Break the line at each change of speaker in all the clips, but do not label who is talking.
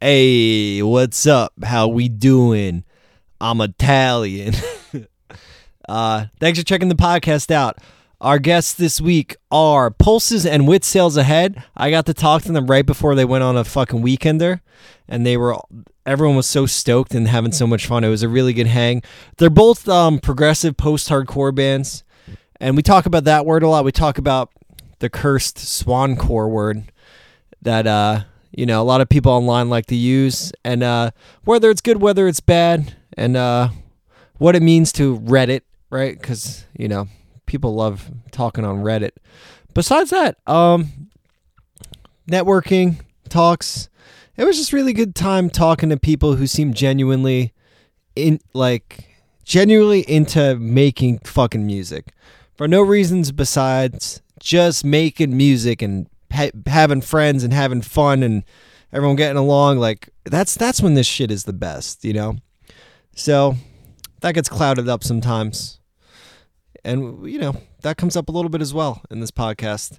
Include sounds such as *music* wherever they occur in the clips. Hey, what's up? How we doing? I'm Italian. *laughs* uh, thanks for checking the podcast out. Our guests this week are Pulses and Wit Sales Ahead. I got to talk to them right before they went on a fucking weekender, and they were everyone was so stoked and having so much fun. It was a really good hang. They're both um, progressive post-hardcore bands, and we talk about that word a lot. We talk about the cursed swancore word that uh you know a lot of people online like to use and uh whether it's good whether it's bad and uh what it means to reddit right cuz you know people love talking on reddit besides that um networking talks it was just really good time talking to people who seem genuinely in like genuinely into making fucking music for no reasons besides just making music and ha- having friends and having fun and everyone getting along like that's that's when this shit is the best you know so that gets clouded up sometimes and you know that comes up a little bit as well in this podcast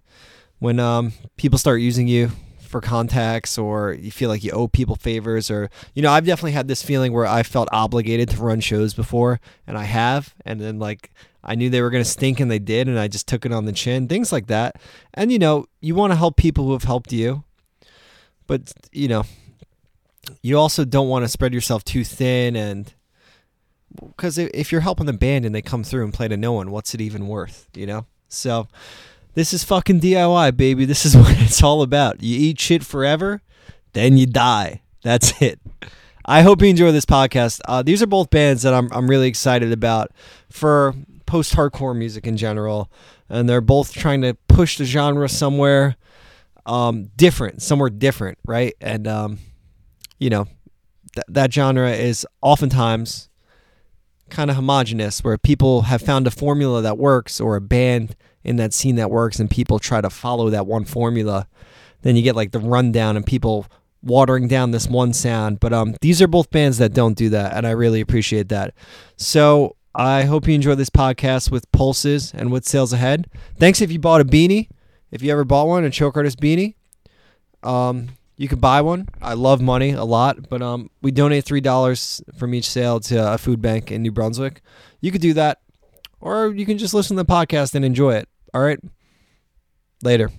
when um, people start using you for contacts or you feel like you owe people favors or you know i've definitely had this feeling where i felt obligated to run shows before and i have and then like i knew they were going to stink and they did and i just took it on the chin things like that and you know you want to help people who have helped you but you know you also don't want to spread yourself too thin and because if you're helping the band and they come through and play to no one what's it even worth you know so this is fucking DIY, baby. This is *laughs* what it's all about. You eat shit forever, then you die. That's it. I hope you enjoy this podcast. Uh, these are both bands that I'm, I'm really excited about for post hardcore music in general. And they're both trying to push the genre somewhere um, different, somewhere different, right? And, um, you know, th- that genre is oftentimes kind of homogenous where people have found a formula that works or a band in that scene that works and people try to follow that one formula then you get like the rundown and people watering down this one sound but um these are both bands that don't do that and i really appreciate that so i hope you enjoy this podcast with pulses and with sales ahead thanks if you bought a beanie if you ever bought one a choke artist beanie um you could buy one. I love money a lot, but um, we donate three dollars from each sale to a food bank in New Brunswick. You could do that, or you can just listen to the podcast and enjoy it. All right, later.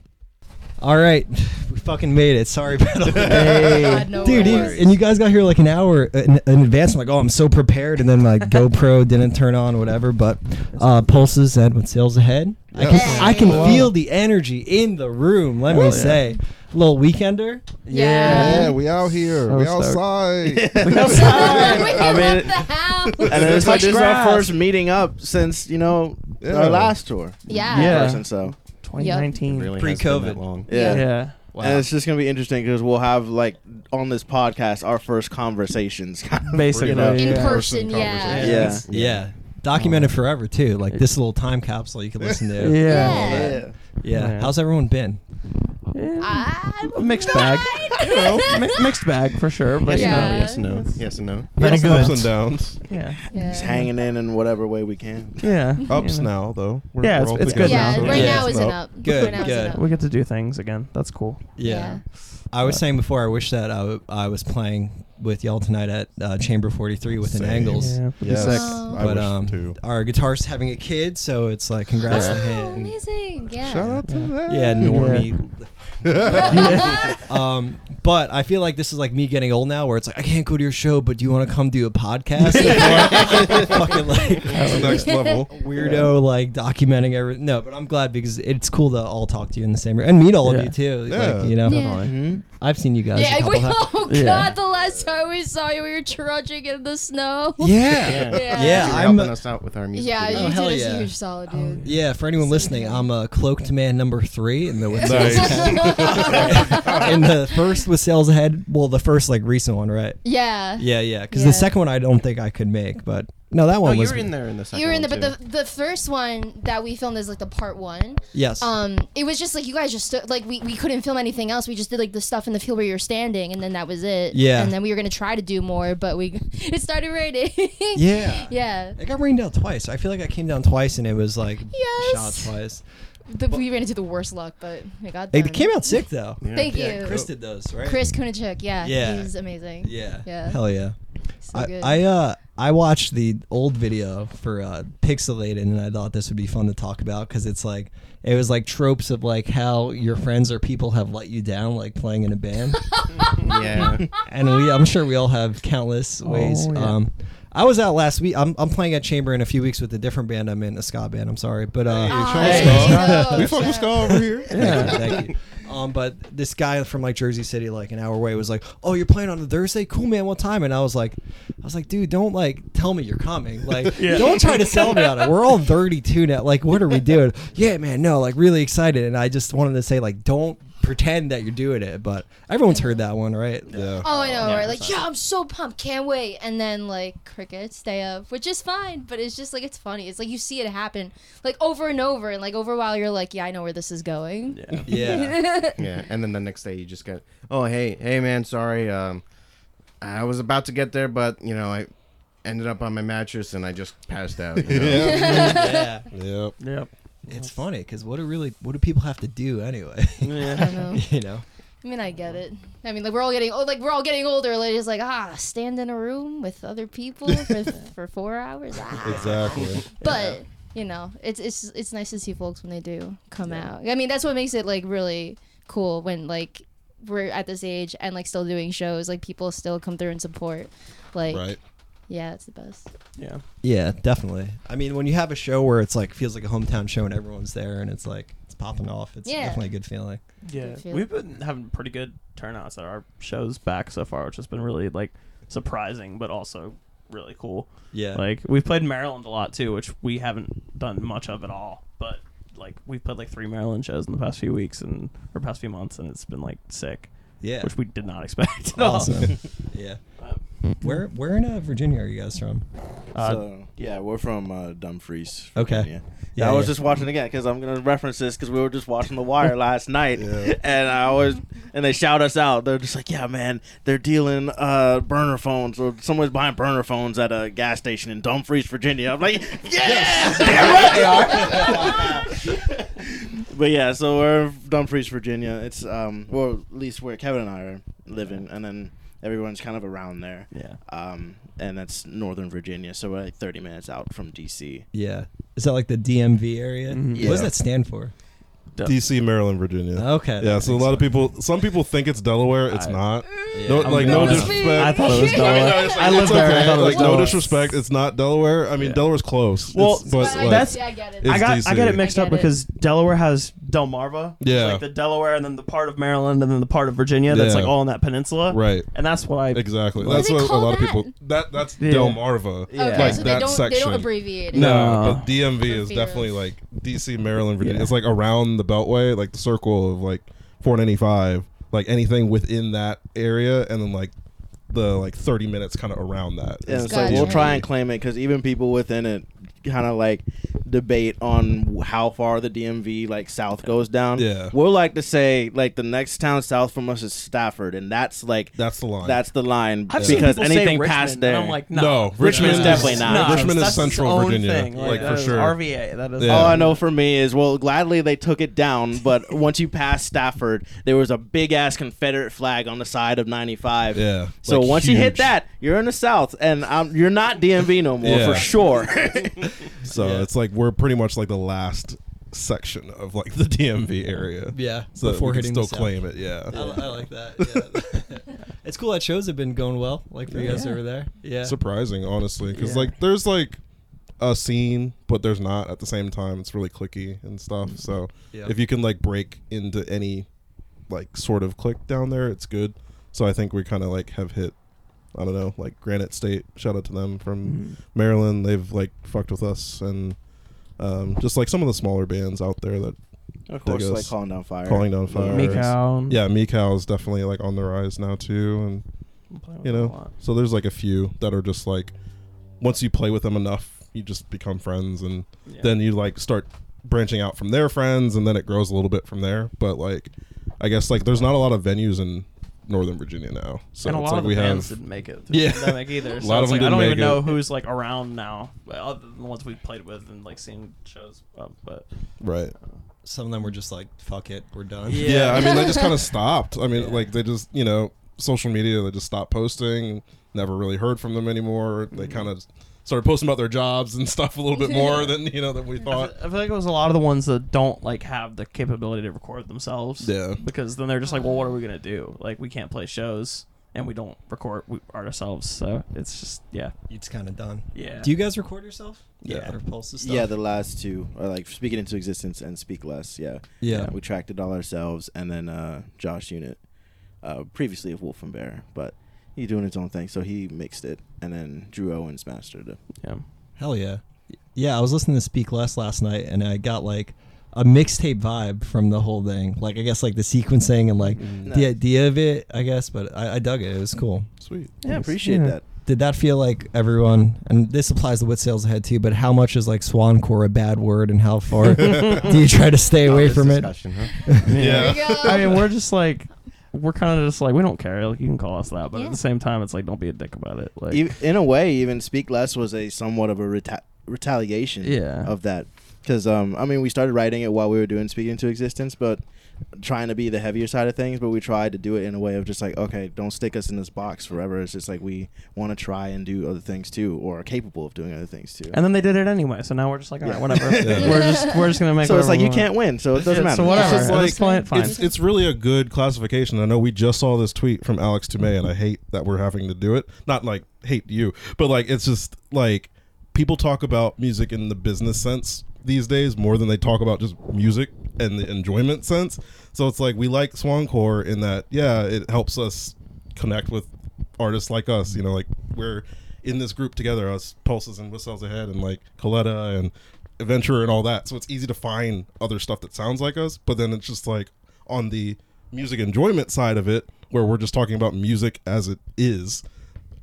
All right, *laughs* we fucking made it. Sorry about
*laughs*
all the
God, no
dude. you-
worries.
and you guys got here like an hour in, in advance. I'm like, oh, I'm so prepared, and then
*laughs*
my GoPro didn't turn on, whatever. But uh, pulses and with sales ahead, I can,
Yeah.
I can
Wow.
feel the energy in the room. Let me say, little weekender.
Yeah.
Yeah, we out here. we
stoked.
*laughs*
outside.
we
I
left
mean-
the house.
And it was
Touch
like this is our
grass.
first meeting up since you know
Yeah.
our last tour.
yeah.
in
Yeah.
person, so
2019.
has
2019.
been that Pre-COVID.
long.
Yeah.
Yeah.
And it's just gonna be interesting because we'll have like on this podcast our first conversations. *laughs* kind of,
Basically,
you know?
In
Yeah.
person,
Person
yeah.
conversation. Yeah.
Yeah. Documented forever too, like this little time capsule you can listen
Yeah.
to.
yeah.
Yeah.
Yeah.
Yeah.
How's everyone been?
I'm
A mixed bag.
fine.
you
*laughs*
know, mi- mixed bag for sure. But
Yes,
yeah.
Yeah.
you
yes,
know,
no.
Yes
and no.
Very good.
Ups and downs.
yeah.
Yeah.
Just hanging in in whatever way we can.
Yeah. yeah.
Ups now though. We're,
Yeah, it's-
all
it's
together,
good now.
Yeah, right
Yeah.
now is an
Well,
up.
Good,
Right now is
good.
an up.
We get to do things again. That's cool.
Yeah.
I was saying before I wish that I, w- I was playing with y'all tonight at uh, Chamber 43 with an
Same.
Angles.
Yeah.
Yes.
Sick.
Oh.
I
But
wish
um,
too.
our guitarist having a kid, so it's like congrats to
Oh,
him.
amazing. Yeah.
Shout out to that.
Yeah, normie. *laughs*
*laughs*
um, but I feel like this is like me getting old now, where it's like I can't go to your show, but do you want to come do a podcast?
*laughs*
*laughs*
*laughs* fucking like
That's the next level.
weirdo like documenting everything. No, but I'm glad because it's cool to all talk to you in the same room and meet all
Yeah.
of you too.
Yeah.
Like, you know,
Yeah.
Mm-hmm.
I've seen you guys. a
Yeah,
couple
we,
times.
*laughs* oh
Yeah.
god, the last time we saw you, we were trudging in the snow.
yeah.
Yeah.
yeah,
Yeah,
You
I'm.
helping
a-
us out with our
Yeah,
Oh,
you
hell
did us
yeah.
a huge solid, dude.
Oh, Yeah, for anyone listening, I'm a cloaked man number three in the with *laughs* in the first with sales ahead. Well, the first like recent one, right?
yeah.
Yeah, yeah. Because
Yeah.
the second one I don't think I could make, but no, that
Oh,
one
you
was.
were in there in the second
You were in the
one,
but the the first one that we filmed is like the part one.
Yes.
Um, it was just like you guys just stood, like we, we couldn't film anything else. We just did like the stuff in the field where you were standing, and then that was it.
Yeah.
And then we were gonna try to do more, but we *laughs* it started raining.
yeah.
*laughs* yeah.
It got rained out twice. I feel like I came down twice and it was like
Yes.
shot twice.
The, we ran into the worst luck, but it got
They
done.
came out sick though.
Yeah.
Thank
Yeah,
you,
Chris did those, right?
Chris Kunichuk. Yeah,
Yeah.
he's amazing.
Yeah.
Yeah.
Hell yeah.
So
I,
good.
I uh I watched the old video for uh Pixelated and I thought this would be fun to talk about because it's like it was like tropes of like how your friends or people have let you down like playing in a band
*laughs*
yeah.
and we I'm sure we all have countless ways.
Oh, yeah.
Um I was out last week. I'm, I'm playing at Chamber in a few weeks with a different band I'm in, a ska band. I'm sorry, but
Oh,
uh,
Ah,
Hey,
there you
Scott.
go.
we fuck with Scott over here.
yeah, thank
*laughs*
you. Um, but this guy from like Jersey City, like an hour away, was like, "Oh, you're playing on a Thursday? Cool, man. What time?" And I was like, "I was like, dude, don't like tell me you're coming.
*laughs*
Like,
Yeah.
don't try to sell me on it. We're all 32 now. Like, what are we
*laughs*
doing? yeah, man. No, like really excited. And I just wanted to say, like, don't pretend that you're doing it. But everyone's heard that one, right?
Yeah.
Oh, I know,
Yeah,
right? Like, yeah, I'm so pumped, can't wait. And then like crickets stay up, which is fine, but it's just like it's funny. It's like you see it happen like over and over, and like over a while, you're like, yeah, I know where this is going.
Yeah.
Yeah.
yeah. And then the next day you just get, oh hey hey man, sorry, um, I was about to get there, but you know I ended up on my mattress and I just passed out. you know?
yeah.
Yep.
Yep.
It's funny because what do really what do people have to do anyway? *laughs*
I don't know.
you know.
I mean, I get it. I mean, like we're all getting old, like we're all getting older. Like it's like ah, stand in a room with other people
*laughs*
for, for four hours. Ah.
Exactly.
But you know, it's it's it's nice to see folks when they do come out. I mean, that's what makes it like really cool when like we're at this age and like still doing shows. Like people still come through and support. Like
right.
yeah, it's the best.
Yeah.
Yeah, definitely. I mean, when you have a show where it's like feels like a hometown show and everyone's there and it's like it's popping off, it's
Yeah.
definitely a good feeling.
Yeah.
feel-
We've been having pretty good turnouts at our shows back so far, which has been really like surprising, but also really cool.
Yeah.
Like we've played Maryland a lot too, which we haven't done much of at all. But like we've played like three Maryland shows in the past few weeks and or past few months, and it's been like sick,
yeah.
which we did not expect at all. *laughs*
awesome. yeah. Where where in uh, Virginia are you guys from?
Uh,
so yeah, we're from uh, Dumfries.
Okay.
Virginia. Yeah,
Yeah,
I was
yeah.
just watching again because I'm gonna reference this because we were just watching The Wire last night,
Yeah.
and I was and they shout us out. They're just like, "Yeah, man, they're dealing uh, burner phones or someone's buying burner phones at a gas station in Dumfries, Virginia." I'm like, "Yeah, damn right they are." *laughs* but yeah, so we're in Dumfries, Virginia. It's um, well, at least where Kevin and I are living, and then everyone's kind of around there
yeah.
um, and that's Northern Virginia, so we're like 30 minutes out from DC.
Yeah. Is that like the DMV area?
Mhm.
What does
Yeah.
that stand for?
DC, Maryland, Virginia.
Okay.
Yeah, so a lot of people, some people think it's Delaware. It's
I-
not.
Yeah.
No,
I'm
like no
gonna-
disrespect.
I thought it was Delaware.
*laughs* No, it's like-
I lived
it's
there. I
okay.
thought it was
like no
Delaware.
disrespect. It's not Delaware. I mean,
Yeah.
Delaware's close.
Well,
It's- but
But
like,
that's-
yeah, I get it.
It's
I got I
DC.
got it mixed
I
up
get it.
because Delaware has Delmarva, which is,
Yeah.
like the Delaware, and then the part of Maryland, and then the part of Virginia that's
Yeah.
like all in that peninsula,
right.
And that's why
Exactly.
What do
that's
they
what a
call
lot
that?
of people. That that's
Yeah.
Delmarva.
Yeah.
Okay,
Like
so they
that
don't they
section.
don't abbreviate it.
No,
No.
but DMV is
Fear.
definitely like DC, Maryland, Virginia.
Yeah.
It's like around the Beltway, like the circle of like 495, like anything within that area, and then like the like 30 minutes kind of around that.
And
It's
so
Gotcha.
we'll
DMV.
try and claim it because even people within it kind of like debate on how far the DMV like south goes down.
Yeah.
we'll like to say like the next town south from us is Stafford, and that's like
That's the line.
that's the line
I've seen
because
people say
anything
Richmond,
past there.
And I'm like,
no,
no,
Richmond's
Richmond's definitely not.
No,
Richmond
that's
is
its
central
own
Virginia,
thing.
like,
that
for
is
sure.
RVA, that is
Yeah.
All I know for me is, well, gladly they took it down, but once you pass Stafford, there was a big ass Confederate flag on the side of 95.
Yeah,
So
like
once you hit
huge.
that, you're in the South, and um, you're not DMV no more
Yeah. *laughs*
for sure.
so
Yeah.
it's like we're pretty much like the last section of like the DMV area.
Mm-hmm. Yeah. before
So Before we can
hitting
still
the South.
claim it. Yeah.
I, li- I like that. Yeah. *laughs* it's cool that shows have been going well, like for you guys
Yeah.
over there. Yeah.
surprising honestly because
Yeah.
like there's like a scene but there's not at the same time it's really clicky and stuff so
Yeah.
if you can like break into any like sort of click down there it's good so i think we kind of like have hit i don't know like granite state shout out to them from maryland they've like fucked with us and um, just like some of the smaller bands out there that
of course,
There goes.
like calling down fire.
calling down fire
Meek Hound.
yeah Mikau is definitely like on the rise now too and
I'm playing with
you
them a
know
lot.
so there's like a few that are just like once you play with them enough you just become friends and
Yeah.
then you like start branching out from their friends and then it grows a little bit from there but like i guess like there's not a lot of venues in northern virginia now so
and a
it's
lot
like
of the
we
bands
have
didn't make it through
Yeah.
the pandemic
*laughs*
either. So
lot of
it's like,
them
I
didn't
don't
make
even know
it.
who's like around now, um, but other than the ones we played with and like seen shows. Of, but
right
Some of them were just like, fuck it, we're done.
Yeah.
Yeah, I mean, they just kind
*laughs*
of stopped. I mean, like they just, you know, social media, they just stopped posting. Never really heard from them anymore.
Mm-hmm.
They kind of started posting about their jobs and *laughs* stuff a little bit more than you know than we
I
thought.
feel- I feel like it was a lot of the ones that don't like have the capability to record themselves.
Yeah.
Because then they're just like, well, what are we gonna do? Like, we can't play shows and we don't record we, ourselves. So it's just yeah,
It's kind of done.
yeah.
Do you guys record yourself?
Yeah.
Or Pulse's stuff?
Yeah, the last two are like speaking into existence and speak less. Yeah,
Yeah.
we tracked it all ourselves, and then uh, Josh Unit, uh, previously of Wolf and Bear, but he's doing his own thing, so he mixed it, and then Drew Owens mastered it.
yeah.
Hell yeah. Yeah, I was listening to Speak Less last night and I got like a mixtape vibe from the whole thing. Like I guess like the sequencing and like
Nice.
the idea of it, I guess, but I, I dug it. It was cool.
Sweet.
Yeah, appreciate
Yeah.
that.
Did that feel like everyone and this applies to what sales ahead too, but how much is like swancore a bad word and how far do you try to stay away
This
from it?
discussion, *laughs* huh?
There
Yeah.
we go.
I mean, we're just like, we're kind of just like, we don't care. Like, you can call us that, but
Yeah.
at the same time, it's like, don't be a dick about it. Like,
E- In a way, even speak less was a somewhat of a reta- retaliation.
Yeah.
of that, because um, I mean, we started writing it while we were doing speaking into existence, but trying to be the heavier side of things. But we tried to do it in a way of just like, okay, don't stick us in this box forever. It's just like we want to try and do other things too, or are capable of doing other things too.
and then they did it anyway, so now we're just like, all right,
Yeah.
whatever.
Yeah.
*laughs* We're just we're just gonna make.
so
whatever
it's like
we
you
want.
can't win, so it doesn't
Yeah,
matter.
so whatever.
It's
*laughs*
just
At this
like-
point, fine.
It's it's really a good classification. I know we just saw this tweet from Alex Toomey, and I hate that we're having to do it. Not like hate you, but like it's just like people talk about music in the business sense these days more than they talk about just music and the enjoyment sense. So it's like we like Swancore in that yeah, it helps us connect with artists like us. You know, like we're in this group together, us Pulses and Whistles Ahead, and like Coletta and Adventurer and all that. So it's easy to find other stuff that sounds like us. But then it's just like on the music enjoyment side of it, where we're just talking about music as it is.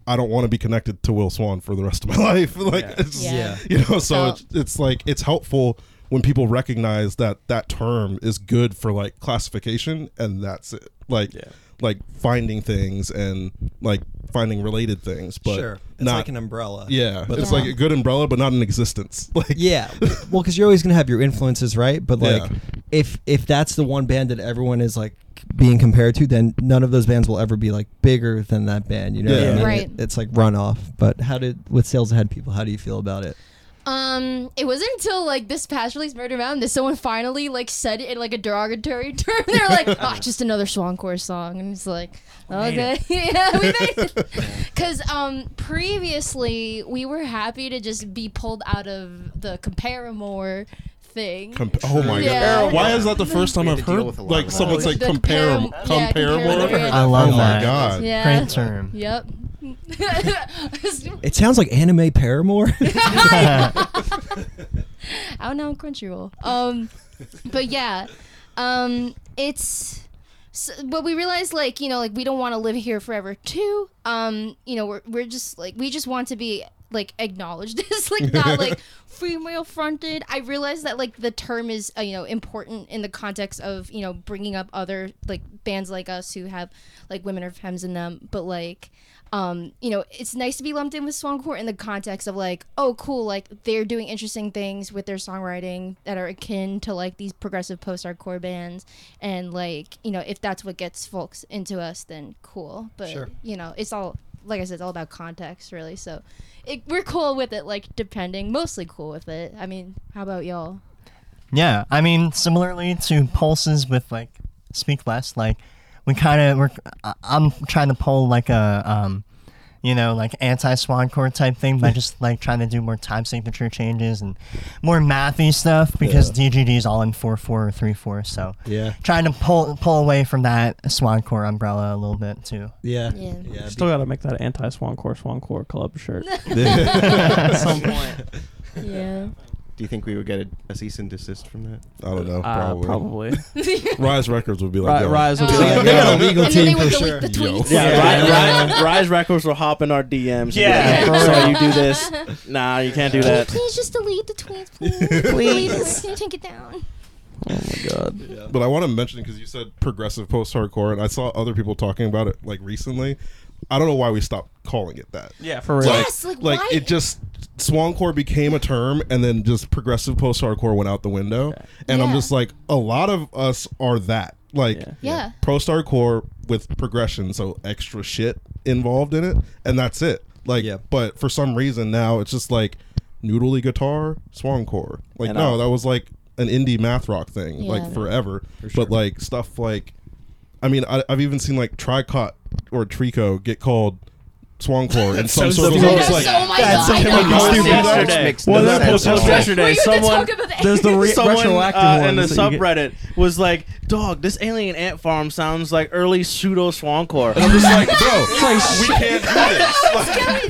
I don't want to be connected to Will Swan for the rest of my *laughs* life. Like,
Yeah.
it's just-
Yeah.
*laughs* you know. So
So-
it's, it's like it's helpful when people recognize that that term is good for like classification, and that's it. Like,
Yeah.
like finding things and like finding related things, but
sure. It's
not
like an umbrella.
yeah,
But
it's
yeah.
like a good umbrella, but not an existence. *laughs* Like
Yeah, well, because you're always gonna have your influences, right? But like,
Yeah.
if if that's the one band that everyone is like being compared to, then none of those bands will ever be like bigger than that band. You know, what I
Yeah.
mean?
Right.
It- it's like runoff. But how did with sales ahead people? How do you feel about it?
Um, it wasn't until like this past release, Murder Mountain, that someone finally like said it in like a derogatory *laughs* term. They're like, "Ah, just another Swancore song," and it's like, okay, *laughs* yeah, we made it. Because um, previously we were happy to just be pulled out of the compare more thing.
Comp- oh my
Yeah.
god! Why is that the first time
We had
I've
to deal
heard?
with a
*laughs*
lot
Like
of
someone's
that.
like
The
compare,
compare- yeah,
compare more.
compare- *laughs*
I love
oh
that.
my
*laughs*
god!
yeah.
Great term.
*laughs*
Yep. *laughs*
It sounds like anime Paramore.
*laughs* out now on Crunchyroll. Um, but yeah, um, it's. So, but we realized, like you know, like we don't want to live here forever too. Um, you know, we're we're just like we just want to be like acknowledged *laughs* as like not like female fronted. I realized that like the term is uh, you know important in the context of you know bringing up other like bands like us who have like women or femmes in them, but like um, you know, it's nice to be lumped in with Swancore in the context of like, oh, cool, like they're doing interesting things with their songwriting that are akin to like these progressive post-hardcore bands, and like you know, if that's what gets folks into us, then cool. But
Sure.
you know, it's all like I said, it's all about context, really. So, it, we're cool with it, like depending, mostly cool with it. I mean, how about y'all?
Yeah, I mean, similarly to pulses with like speak less, like we kind of we're I- I'm trying to pull like a um, you know, like anti swancore type thing by just like trying to do more time signature changes and more mathy stuff because DGD is all in four four or three four, so
yeah,
trying to pull pull away from that swancore umbrella a little bit too.
yeah,
Yeah.
yeah.
Still gotta *laughs* make that anti Swancore Swancore Club shirt. Uh,
At some point,
*laughs* Yeah,
Do you think we would get a, a cease and desist from that?
I don't know.
Uh,
Probably.
probably.
*laughs* Rise Records would be like
Ri-
yo,
Rise would be
Oh.
like,
They got a legal
and then they
team for
would delete
*laughs*
sure.
the
Yo.
tweets.
Yeah.
Yeah,
*laughs*
Rise, Rise Records will hop in our DMs.
Yeah.
Yeah, like, so you do this? Nah, you can't do
Can you
*laughs*
that.
please just delete the tweets,
*laughs*
please? please, can you take it down?
oh my god.
But I want to mention because you said progressive post hardcore, and I saw other people talking about it like recently. I don't know why we stopped calling it that.
Yeah, for real.
Yes, like,
like
why?
it just swancore became a term and then just progressive post hardcore went out the window and i'm
Yeah.
just like a lot of us are that like
Yeah.
post hardcore with progression so extra shit involved in it and that's it like
Yeah.
but for some reason now it's just like noodly guitar swancore like
And
no
I'll-
that was like an indie math rock thing
Yeah.
like forever but like stuff like I mean, I, I've even seen like Tricot or Trico get called Swancore in some
so
circles.
stupid.
I was
That's
like,
so Oh my
that's
God.
a
I know.
fucking stupid-
Well, that post
sense at
post
all.
Were
yesterday,
you gonna
someone
talk about the
There's the
aliens?
re-
someone
retroactive
uh, in the
ones that you get-
subreddit was like, "Dog, this alien ant farm sounds like early pseudo swancore." I'm just like,
bro,
*laughs*
we can't do this.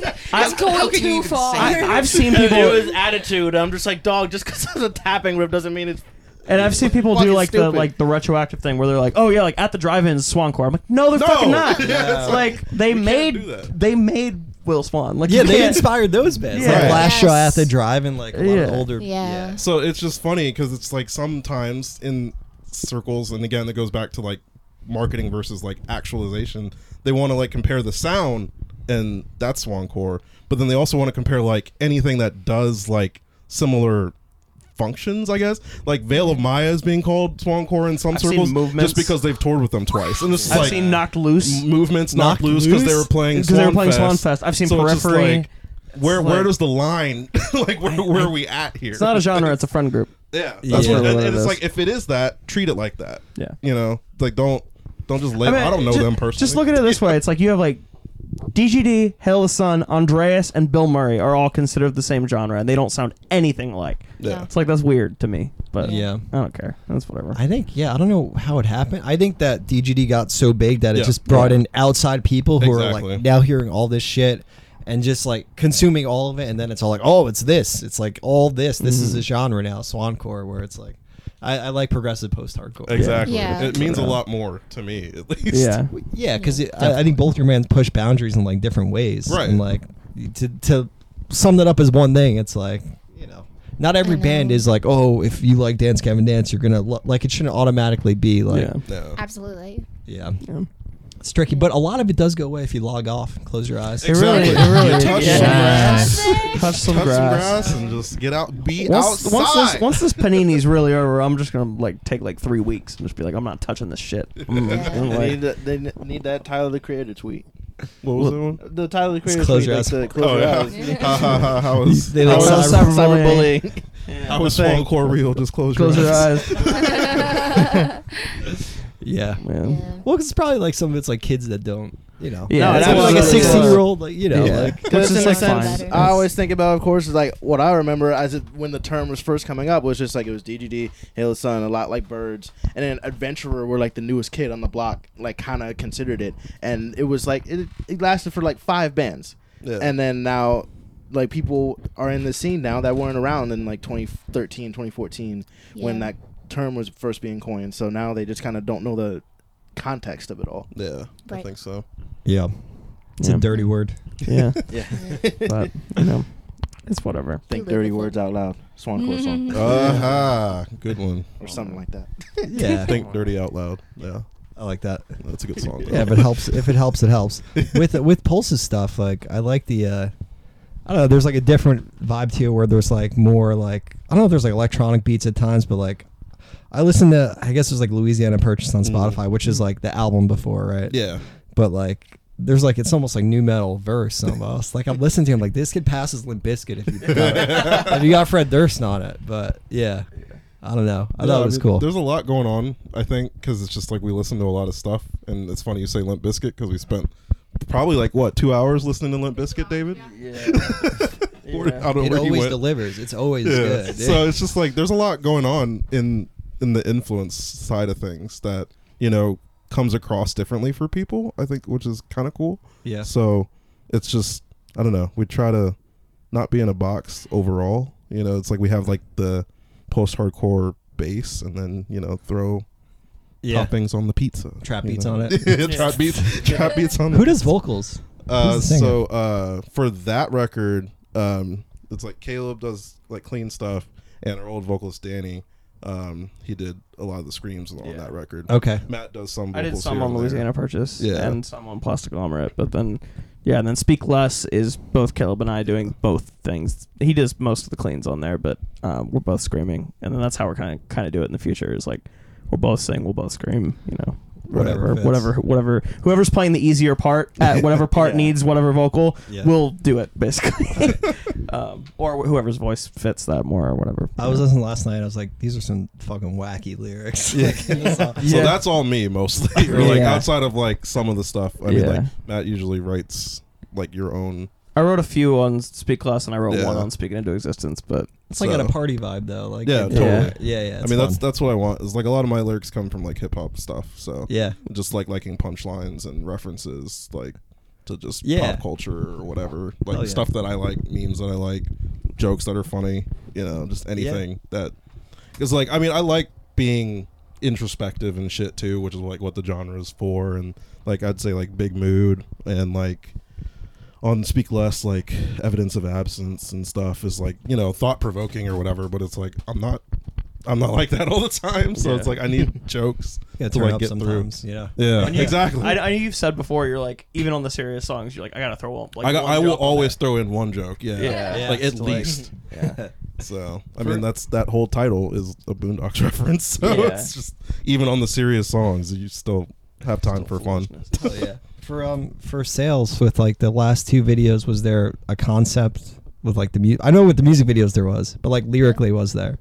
Like,
It's *laughs* going too far.
I, I've seen people,
it was attitude. I'm just like, "Dog, just because it's a tapping rip doesn't mean it's."
and I've seen people do
Fucking
like
stupid.
the like the retroactive thing where they're like, "Oh yeah, like at the drive-in Swancore." I'm like, "No, they're
No!
fucking not."
Yeah,
*laughs*
it's
Like they
can't
made
do that.
they made Will Swan. Like
Yeah,
you
they
can't-
inspired those bands. Like
Yeah.
Last Show
Yes.
at the Drive and like a lot of
Yeah.
older.
Yeah.
so it's just funny because it's like sometimes in circles, and again, it goes back to like marketing versus like actualization. They want to like compare the sound, and that's Swancore, but then they also want to compare like anything that does like similar functions i guess like veil of maya is being called swancore in some
I've seen
circles
movements.
just because they've toured with them twice and this is
I've
like
seen Knocked Loose.
movements
Knocked
knocked, loose because they
loose?
were playing
'Cause they were playing
Swan
Swanfest. I've seen
it's just
Periphery.
like, where
It's
where
like-
does the line *laughs* like where, where are we at here?
It's not a genre; it's a friend group.
yeah. That's
Yeah.
what, and, and
It
it's
is.
like if it is that, treat it like that.
Yeah.
You know, like don't don't just label. I,
mean,
don't know
ju-
them personally.
Just look at it this way: it's like you have like DGD, Hail the Sun, Andreas, and Bill Murray are all considered the same genre, and they don't sound anything like.
Yeah.
It's like that's weird to me, but
Yeah.
I don't care. That's whatever.
I think yeah, I don't know how it happened. I think that DGD got so big that it
Yeah.
just brought in outside people who are
Exactly.
like now hearing all this shit and just like consuming all of it and then it's all like, "Oh, it's this. It's like all this. This
Mm-hmm.
is a genre now, swancore where it's like I, I like progressive post-hardcore.
*laughs* Exactly.
Yeah.
It means a lot more to me, at least. *laughs*
yeah,
Yeah, because I, I think both your bands push boundaries in like different ways.
Right.
And like to to sum that up as one thing, it's like you know, not every
know.
band is like, oh, if you like Dance Kevin Dance, you're gonna lo-. like it shouldn't automatically be like
yeah.
No.
*laughs* Absolutely.
yeah. It's tricky, but a lot of it does go away if you log off and close your eyes.
It really-
Exactly.
it really-
You touch
yeah.
some grass.
Touch some
Touch some
grass.
grass and just get out. Be
Once,
outside.
once this once
*laughs*
this panini's really over, I'm just gonna like take like three weeks and just be like, I'm not touching this shit. Mm. I'm
They need,
like,
that- they need that Tyler the Creator tweet.
what was that one?
The Tyler the Creator
close
tweet.
your
like
eyes.
the close
Oh
your
yeah.
eyes.
Ha, ha,
*laughs*
ha, How was
They
how
like
was,
cyber-
cyberbullying.
how was
the thing.
Swancore real? Just close,
Close your eyes.
*laughs*
*laughs* Yeah.
Man.
Well, 'cause it's probably like some of it's like kids that don't, you know.
Yeah,
No,
it's
that's
like
what
a
it is.
16 year old, like you know,
Yeah.
like
Which
Because
is,
in a
like,
sense,
fine.
I always think about, of course, is like what I remember as it, when the term was first coming up was just like it was DGD, Hail the Sun, a lot like Birds, and then Adventurer were like the newest kid on the block, like kind of considered it, and it was like it, it lasted for like five bands,
Yeah.
and then now. Like people are in the scene now that weren't around in like 2013, 2014 when
Yeah.
that term was first being coined. So now they just kind of don't know the context of it all.
*laughs* Yeah, I
Right.
think so.
yeah. It's
Yeah.
a dirty
*laughs*
word.
Yeah, *laughs*
Yeah,
but you know, it's
*laughs*
whatever.
think dirty words out loud, Swancore
Mm-hmm.
song
Aha, *laughs* good one.
or something like that.
Uh-huh. Yeah,
Think dirty out loud. Yeah,
I like that.
that's a good song.
yeah, if it helps, if it helps, it helps. With uh, with Pulse's stuff, like I like the, uh, I don't know. There's like a different vibe to it where there's like more like I don't know if there's like electronic beats at times, but like I listen to I guess there's like Louisiana Purchase on Spotify, which is like the album before, right?
*laughs* Mm-hmm. Yeah.
But like there's like it's almost like new metal verse almost. like I'm listening to him like this could pass as Limp Bizkit if you got, if you got Fred Durst on it, but yeah, I don't know. I
Yeah,
thought it was
mean,
cool.
There's a lot going on, I think, because it's just like we listen to a lot of stuff, and it's funny you say Limp Biscuit because we spent probably like what two hours listening to Limp Biscuit, David. *laughs* Or- I don't know
It
where you
always
went.
delivers. It's always
Yeah.
good.
So it's just like there's a lot going on in in the influence side of things that you know comes across differently for people. I think, which is kind of cool.
yeah.
So it's just I don't know. We try to not be in a box overall. You know, it's like we have like the post-hardcore base, and then you know throw
yeah.
toppings on the pizza.
Trap
you
beats
know?
on it.
*laughs*
*laughs*
trap beats. Trap beats on
Who
it.
does vocals?
Uh,
who's the singer?
so uh, for that record, um, it's like Caleb does like clean stuff, and our old vocalist Danny Um, he did a lot of the screams on
Yeah.
that record.
Okay.
Matt does some.
I did
vocals
some
here
on
and there.
Louisiana Purchase
Yeah.
and some on Plastic Omelette, but then yeah, and then Speak Less is both Caleb and I doing both things. He does most of the cleans on there, but um, we're both screaming, and then that's how we're kind of kind of do it in the future. Is like we're both sing, we'll both scream, you know. Whatever,
Whatever fits.
whatever, whatever. Whoever's playing the easier part at whatever part needs whatever vocal,
Yeah.
we'll do it basically, *laughs* um, or wh- whoever's voice fits that more or whatever.
I was listening last night. I was like, these are some fucking wacky lyrics. *laughs* Like, in the song.
So
Yeah.
that's all me mostly. *laughs* or like
Yeah.
outside of like some of the stuff. I mean,
Yeah.
like Matt usually writes like your own.
I wrote a few on Speak Less, and I wrote
Yeah.
one on Speaking into Existence, but
It's like at a
So-
party vibe though. Like
Yeah,
yeah,
totally.
yeah, yeah.
I mean, that's that's what I want. Is like a lot of my lyrics come from like hip hop stuff. So
yeah.
just like liking punchlines and references like to just
Yeah.
pop culture or whatever like
Oh, yeah.
stuff that i like memes that i like jokes that are funny you know just anything that because like i mean i like being introspective and shit too which is like what the genre is for and like i'd say like big mood and like on speak less like evidence of absence and stuff is like you know thought provoking or whatever but it's like i'm not i'm not like that all the time so
Yeah.
it's like i need jokes
Yeah,
to
turn
like
up
get through
sometimes. You know.
yeah,
Yeah.
exactly
I, I know you've said before you're like even on the serious songs you're like I gotta throw up. Like,
I, got,
one
I will
joke on
always
*laughs*
that.
throw in one joke. Yeah.
Yeah.
Yeah,
Like at
just to, like- *laughs*
least.
Yeah.
So I
For-
mean that's that whole title is a Boondocks *laughs* reference. So
Yeah.
it's just even on the serious songs you still have time for fun.
Oh, yeah. For um for sales with like the last two videos, was there a concept with like the music? I know with the music videos there was, but like lyrically was there?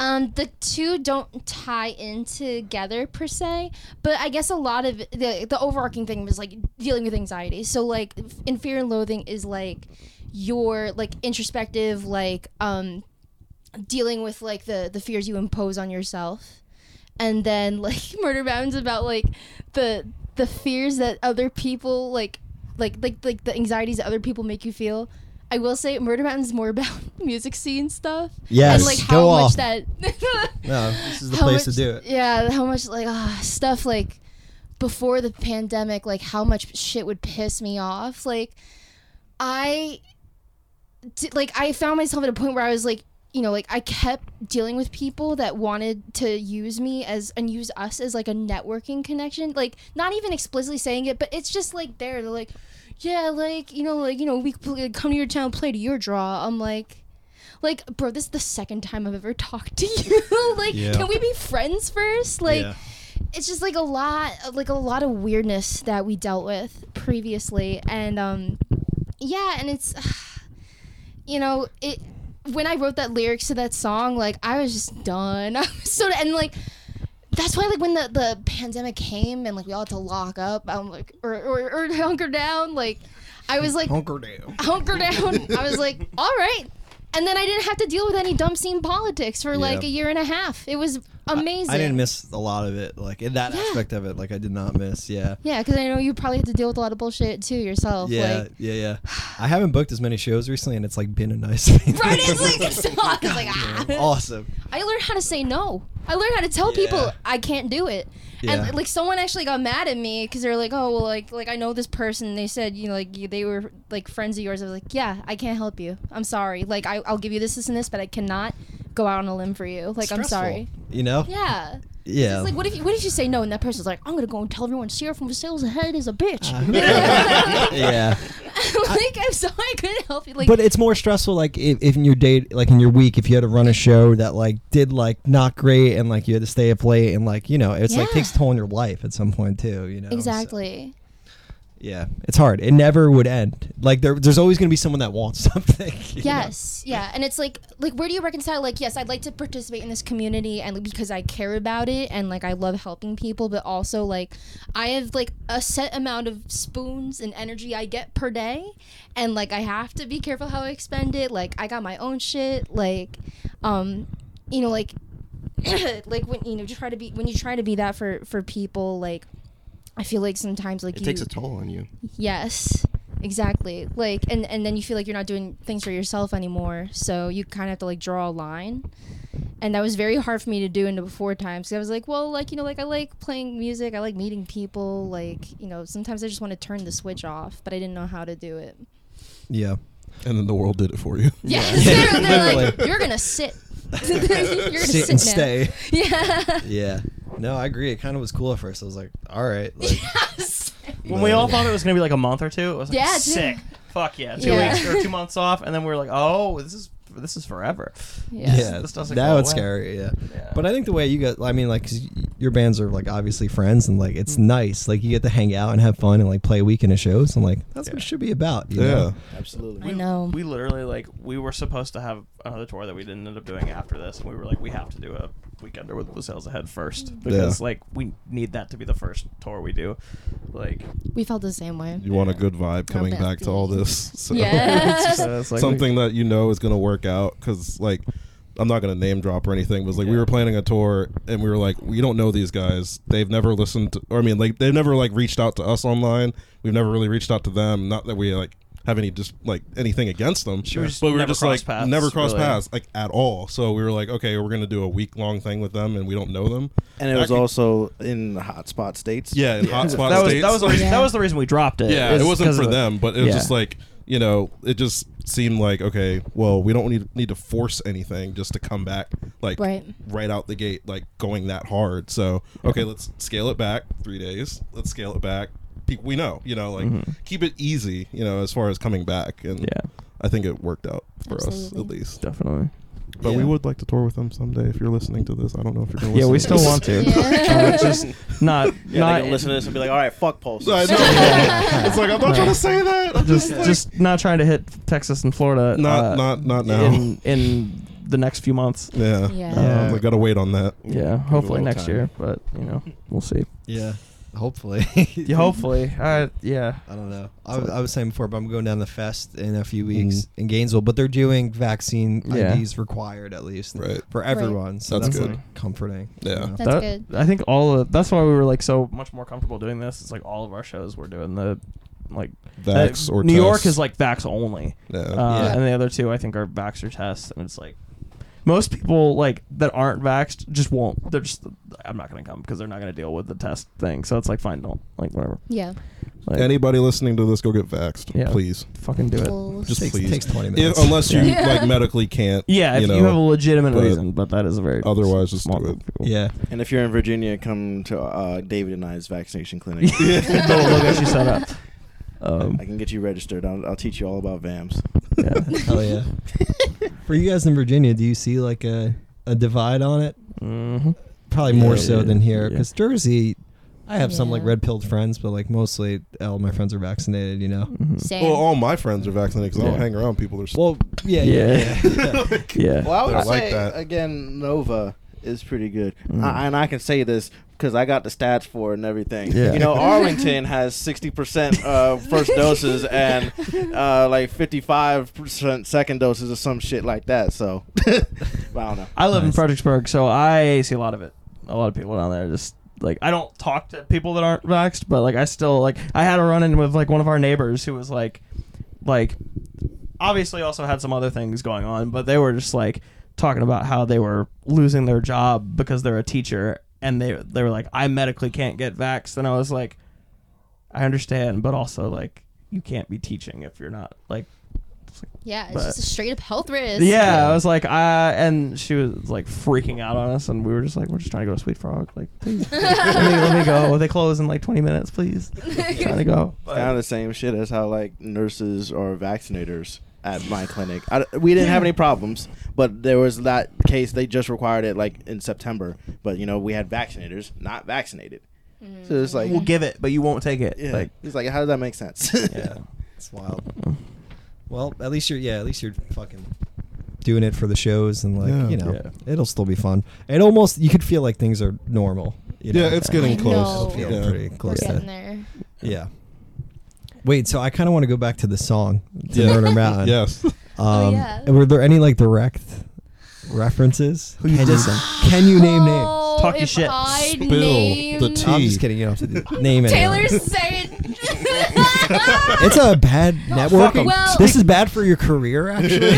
Um, the two don't tie in together per se, but I guess a lot of the the overarching thing was like dealing with anxiety. So like f- in Fear and Loathing is like your like introspective like um dealing with like the the fears you impose on yourself, and then *laughs* like Murder Mountain's about like the the fears that other people like like like like the anxieties that other people make you feel. I will say Murder Mountain's more *laughs* about music scene stuff
Yes,
and like
go
how much
off.
that *laughs*
No, this is the
how
place
much-
to do it.
Yeah, how much like ah, stuff like before the pandemic, like how much shit would piss me off. Like I did, like I found myself at a point where I was like, you know, like I kept dealing with people that wanted to use me as and use us as like a networking connection. Like not even explicitly saying it, but it's just like there. They're like, yeah, like you know, like you know, we could pl- come to your town, play to your draw. I'm like. Like, bro, this is the second time I've ever *laughs* talked to you. like,
Yeah.
can we be friends first? Like,
Yeah.
it's just like a lot like a lot of weirdness that we dealt with previously and um yeah and it's *sighs* you know it when i wrote that lyrics to that song like i was just done *laughs* I was so and like that's why like when the, the pandemic came and like we all had to lock up i'm like or, or, or *laughs* hunker down like i was like
Hunker down.
*laughs* hunker down. I was like,
*laughs*
all right. And then I didn't have to deal with any dumb scene politics for like
Yeah.
a year and a half. It was amazing.
I didn't miss a lot of it. Like in that
Yeah.
aspect of it, like I did not miss. Yeah.
Yeah, because I know you probably had to deal with a lot of bullshit too yourself.
Yeah,
Like,
yeah, yeah. I haven't booked as many shows recently, and it's like been a nice thing.
right? It's
*laughs*
like, *laughs* it's not- it's like, ah.
awesome.
I learned how to say no. I learned how to tell people
Oh. Yeah.
I can't do it.
Yeah.
And like someone actually got mad at me because they were like, oh well, like like I know this person. They said you know like you, they were like friends of yours. I was like, yeah, I can't help you. I'm sorry. Like I, I'll give you this, this, and this, but I cannot go out on a limb for you. Like I'm sorry.
You know?
Yeah.
Yeah.
It's like, what if, you, what if you say no? And that person's like, I'm going to go and tell everyone Sierra from Sales Ahead is a bitch.
Uh-huh.
*laughs*
yeah.
like, I'm sorry I couldn't help you. Like,
but it's more stressful like if, if in your day like in your week if you had to run a show that like did like not great and like you had to stay up late and like you know it's like
Yeah.
takes a toll on your life at some point too you know So,
exactly.
yeah it's hard it never would end like there, there's always going to be someone that wants *laughs* something
*laughs*
you know?
Yes. Yeah. And it's like, like, where do you reconcile? Like, yes, I'd like to participate in this community and like, because I care about it and like, I love helping people, but also like, I have like a set amount of spoons and energy I get per day. And like, I have to be careful how I expend it. Like, I got my own shit. Like, um, you know, like, *coughs* like when you know try to be when you try to be that for for people like i feel like sometimes like
It
you
takes a toll on you.
yes exactly like and and then you feel like you're not doing things for yourself anymore so you kind of have to like draw a line and that was very hard for me to do in the before times 'cause i was like well like you know like i like playing music i like meeting people like you know sometimes i just want to turn the switch off but i didn't know how to do it
yeah
*laughs* And then the world did it for you.
*laughs*
yeah, *laughs* they're, they're like
Literally. *laughs*
you're gonna sit *laughs* You're gonna
sit
sit
and
now.
stay.
*laughs* Yeah. *laughs*
Yeah. No, I agree. It kind of was cool at first. I was like, all right. Like,
When we all thought it was gonna be like a month or two, it was like
Yeah, two-
sick. Fuck yeah, two
Yeah.
weeks
*laughs*
or two months off, and then we were like, oh, this is this is forever.
Yeah.
Yeah. This doesn't
that
go
was
away.
scary. Yeah.
Yeah.
but I think the way you got, I mean, like 'cause y- your bands are like obviously friends, and like
Mm.
it's nice. Like you get to hang out and have fun and like play a weekend of shows, and like that's what it should be about. you
Yeah.
know?
Absolutely.
I know.
We literally like we were supposed to have another tour that we didn't end up doing after this, and we were like, we have to do a weekender with Lucelle's ahead first because like we need that to be the first tour we do. Like,
We felt the same way.
You want a good vibe coming back to all this. *laughs* So
Yeah.
so it's like
something that you know is going to work out because like i'm not going to name drop or anything but it's like we were planning a tour and we were like we don't know these guys they've never listened to, or i mean like they've never like reached out to us online we've never really reached out to them not that we like have any just like anything against them
Sure, just
but we were
never
just
cross
like
paths,
never cross
really.
paths like at all so we were like okay we're going to do a week long thing with them and we don't know them
And it
That
was
could-
also in hotspot states.
yeah in hotspot
that was
states
that was the reason,
Yeah.
that was the reason we dropped it.
yeah,
is
it wasn't
'cause
for
of the-
them, but it was
Yeah.
just like you know, it just seemed like okay, well, we don't need need to force anything just to come back like
Right.
right out the gate, like going that hard. So okay, let's scale it back three days. Let's scale it back. Pe- We know, you know, like keep it easy, you know, as far as coming back, and
Mm-hmm. Yeah.
I think it worked out for us
Absolutely.
at least.
Definitely.
But we would like to tour with them someday. If you're listening to this, I don't know if you're going.
Yeah, we still want
*laughs*
to.
Yeah.
Uh, just not
Yeah,
not
they can listen to this and be like, all right, fuck Pulse.
I know. it's like I'm not trying to say that. I'm
just
just, like,
just not trying to hit Texas and Florida.
not
uh,
not not now.
in in the next few months.
yeah.
Yeah.
Um, we gotta wait on that.
Yeah, hopefully
little
next
time.
year, but you know, we'll see.
Yeah. Hopefully. *laughs*
Yeah, hopefully. Uh, yeah.
I don't know. I was, I was saying before, but I'm going down to Fest in a few weeks in Gainesville, but they're doing vaccine
Yeah.
IDs required at least
Right.
for everyone. So
That's
that's,
good.
like comforting. you
Yeah.
know?
That's
That-
good.
I think all of that's why we were like so much more comfortable doing this. It's like all of our shows we're doing the like
Vax
uh,
or
New York
test.
is like Vax only,
Yeah.
uh,
Yeah.
and the other two I think are Vax or tests, and it's like most people like that aren't vaxxed just won't. They're just I'm not gonna come because they're not gonna deal with the test thing. So it's like fine, don't like whatever.
Yeah.
Like,
Anybody listening to this, go get vaxxed,
Yeah.
please.
fucking do it.
Well,
Just
Takes-
please.
takes 20
If-
minutes.
unless you
Yeah.
like medically can't.
Yeah, if
you,
you,
know,
have a legitimate
but
reason, but that is a very
otherwise, just
small
do
group of people. *laughs*
Yeah.
And if you're in Virginia, come to uh, David and I's vaccination clinic.
*laughs* Don't look at you set up. Um,
*laughs* I can get you registered. I'll, I'll teach you all about VAMs.
*laughs* yeah.
Hell
*laughs*
yeah. for you guys in Virginia, do you see like a, a divide on it?
Mhm.
Probably more
Yeah,
so
yeah,
than here.
yeah.
Because Jersey, I have some like
Yeah.
red pilled friends, but like mostly all my friends are vaccinated, you know?
Mm-hmm.
Same.
Well, all my friends are vaccinated because I don't
Yeah.
hang around people. There's
Well, yeah.
Yeah.
Yeah. yeah, yeah.
*laughs* Yeah.
Well, I would
They're
say
like that.
again, Nova is pretty good,
Mm.
I, and I can say this because I got the stats for it and everything.
Yeah.
You
*laughs*
know, Arlington has sixty percent uh, first doses and uh, like fifty-five percent second doses or some shit like that. So *laughs* I don't know.
I live
Nice.
in Fredericksburg, so I see a lot of it. A lot of people down there just like I don't talk to people that aren't vaxxed, but like I still like I had a run in with like one of our neighbors who was like like obviously also had some other things going on, but they were just like talking about how they were losing their job because they're a teacher and they they were like, I medically can't get vaxxed and I was like I understand, but also like you can't be teaching if you're not like
yeah. It's
but-
just a straight up health risk.
yeah, I was like, I and she was like freaking out on us, and we were just like, we're just trying to go to Sweet Frog, like, *laughs* please, let me let me go. They close in like twenty minutes, *laughs* please. trying to go.
Kind of the same shit as how like nurses or vaccinators at my clinic. I, we didn't have any problems, but there was that case they just required it like in September. But you know, we had vaccinators not vaccinated. So it's like
We'll give it, but you won't take it.
Yeah.
Like,
he's like, how does that make sense? *laughs*
yeah,
It's wild. Well, at least you're yeah, at least you're fucking doing it for the shows and like
Yeah.
you know
Yeah.
it'll still be fun. It almost you could feel like things are normal. You know?
yeah, it's
I
getting
know.
close.
It'll feel
Yeah.
pretty close.
We're
to-
getting there.
Yeah. Wait, so I kind of want to go back to the song to
Yeah.
Murder Mountain.
*laughs* Yes.
Um,
Oh, yeah.
Were
*gasps*
there any like direct references?
Who you
can
dissing?
Can you name names?
Oh,
Talk your
if
shit.
I
Spill
named
the tea.
I'm just kidding. You don't have to do, name it. *laughs*
Taylor's *laughs* saying.
It's a
*laughs*
bad
fuck 'em.
networking.
Well-
this is bad for your career,
*laughs*
actually.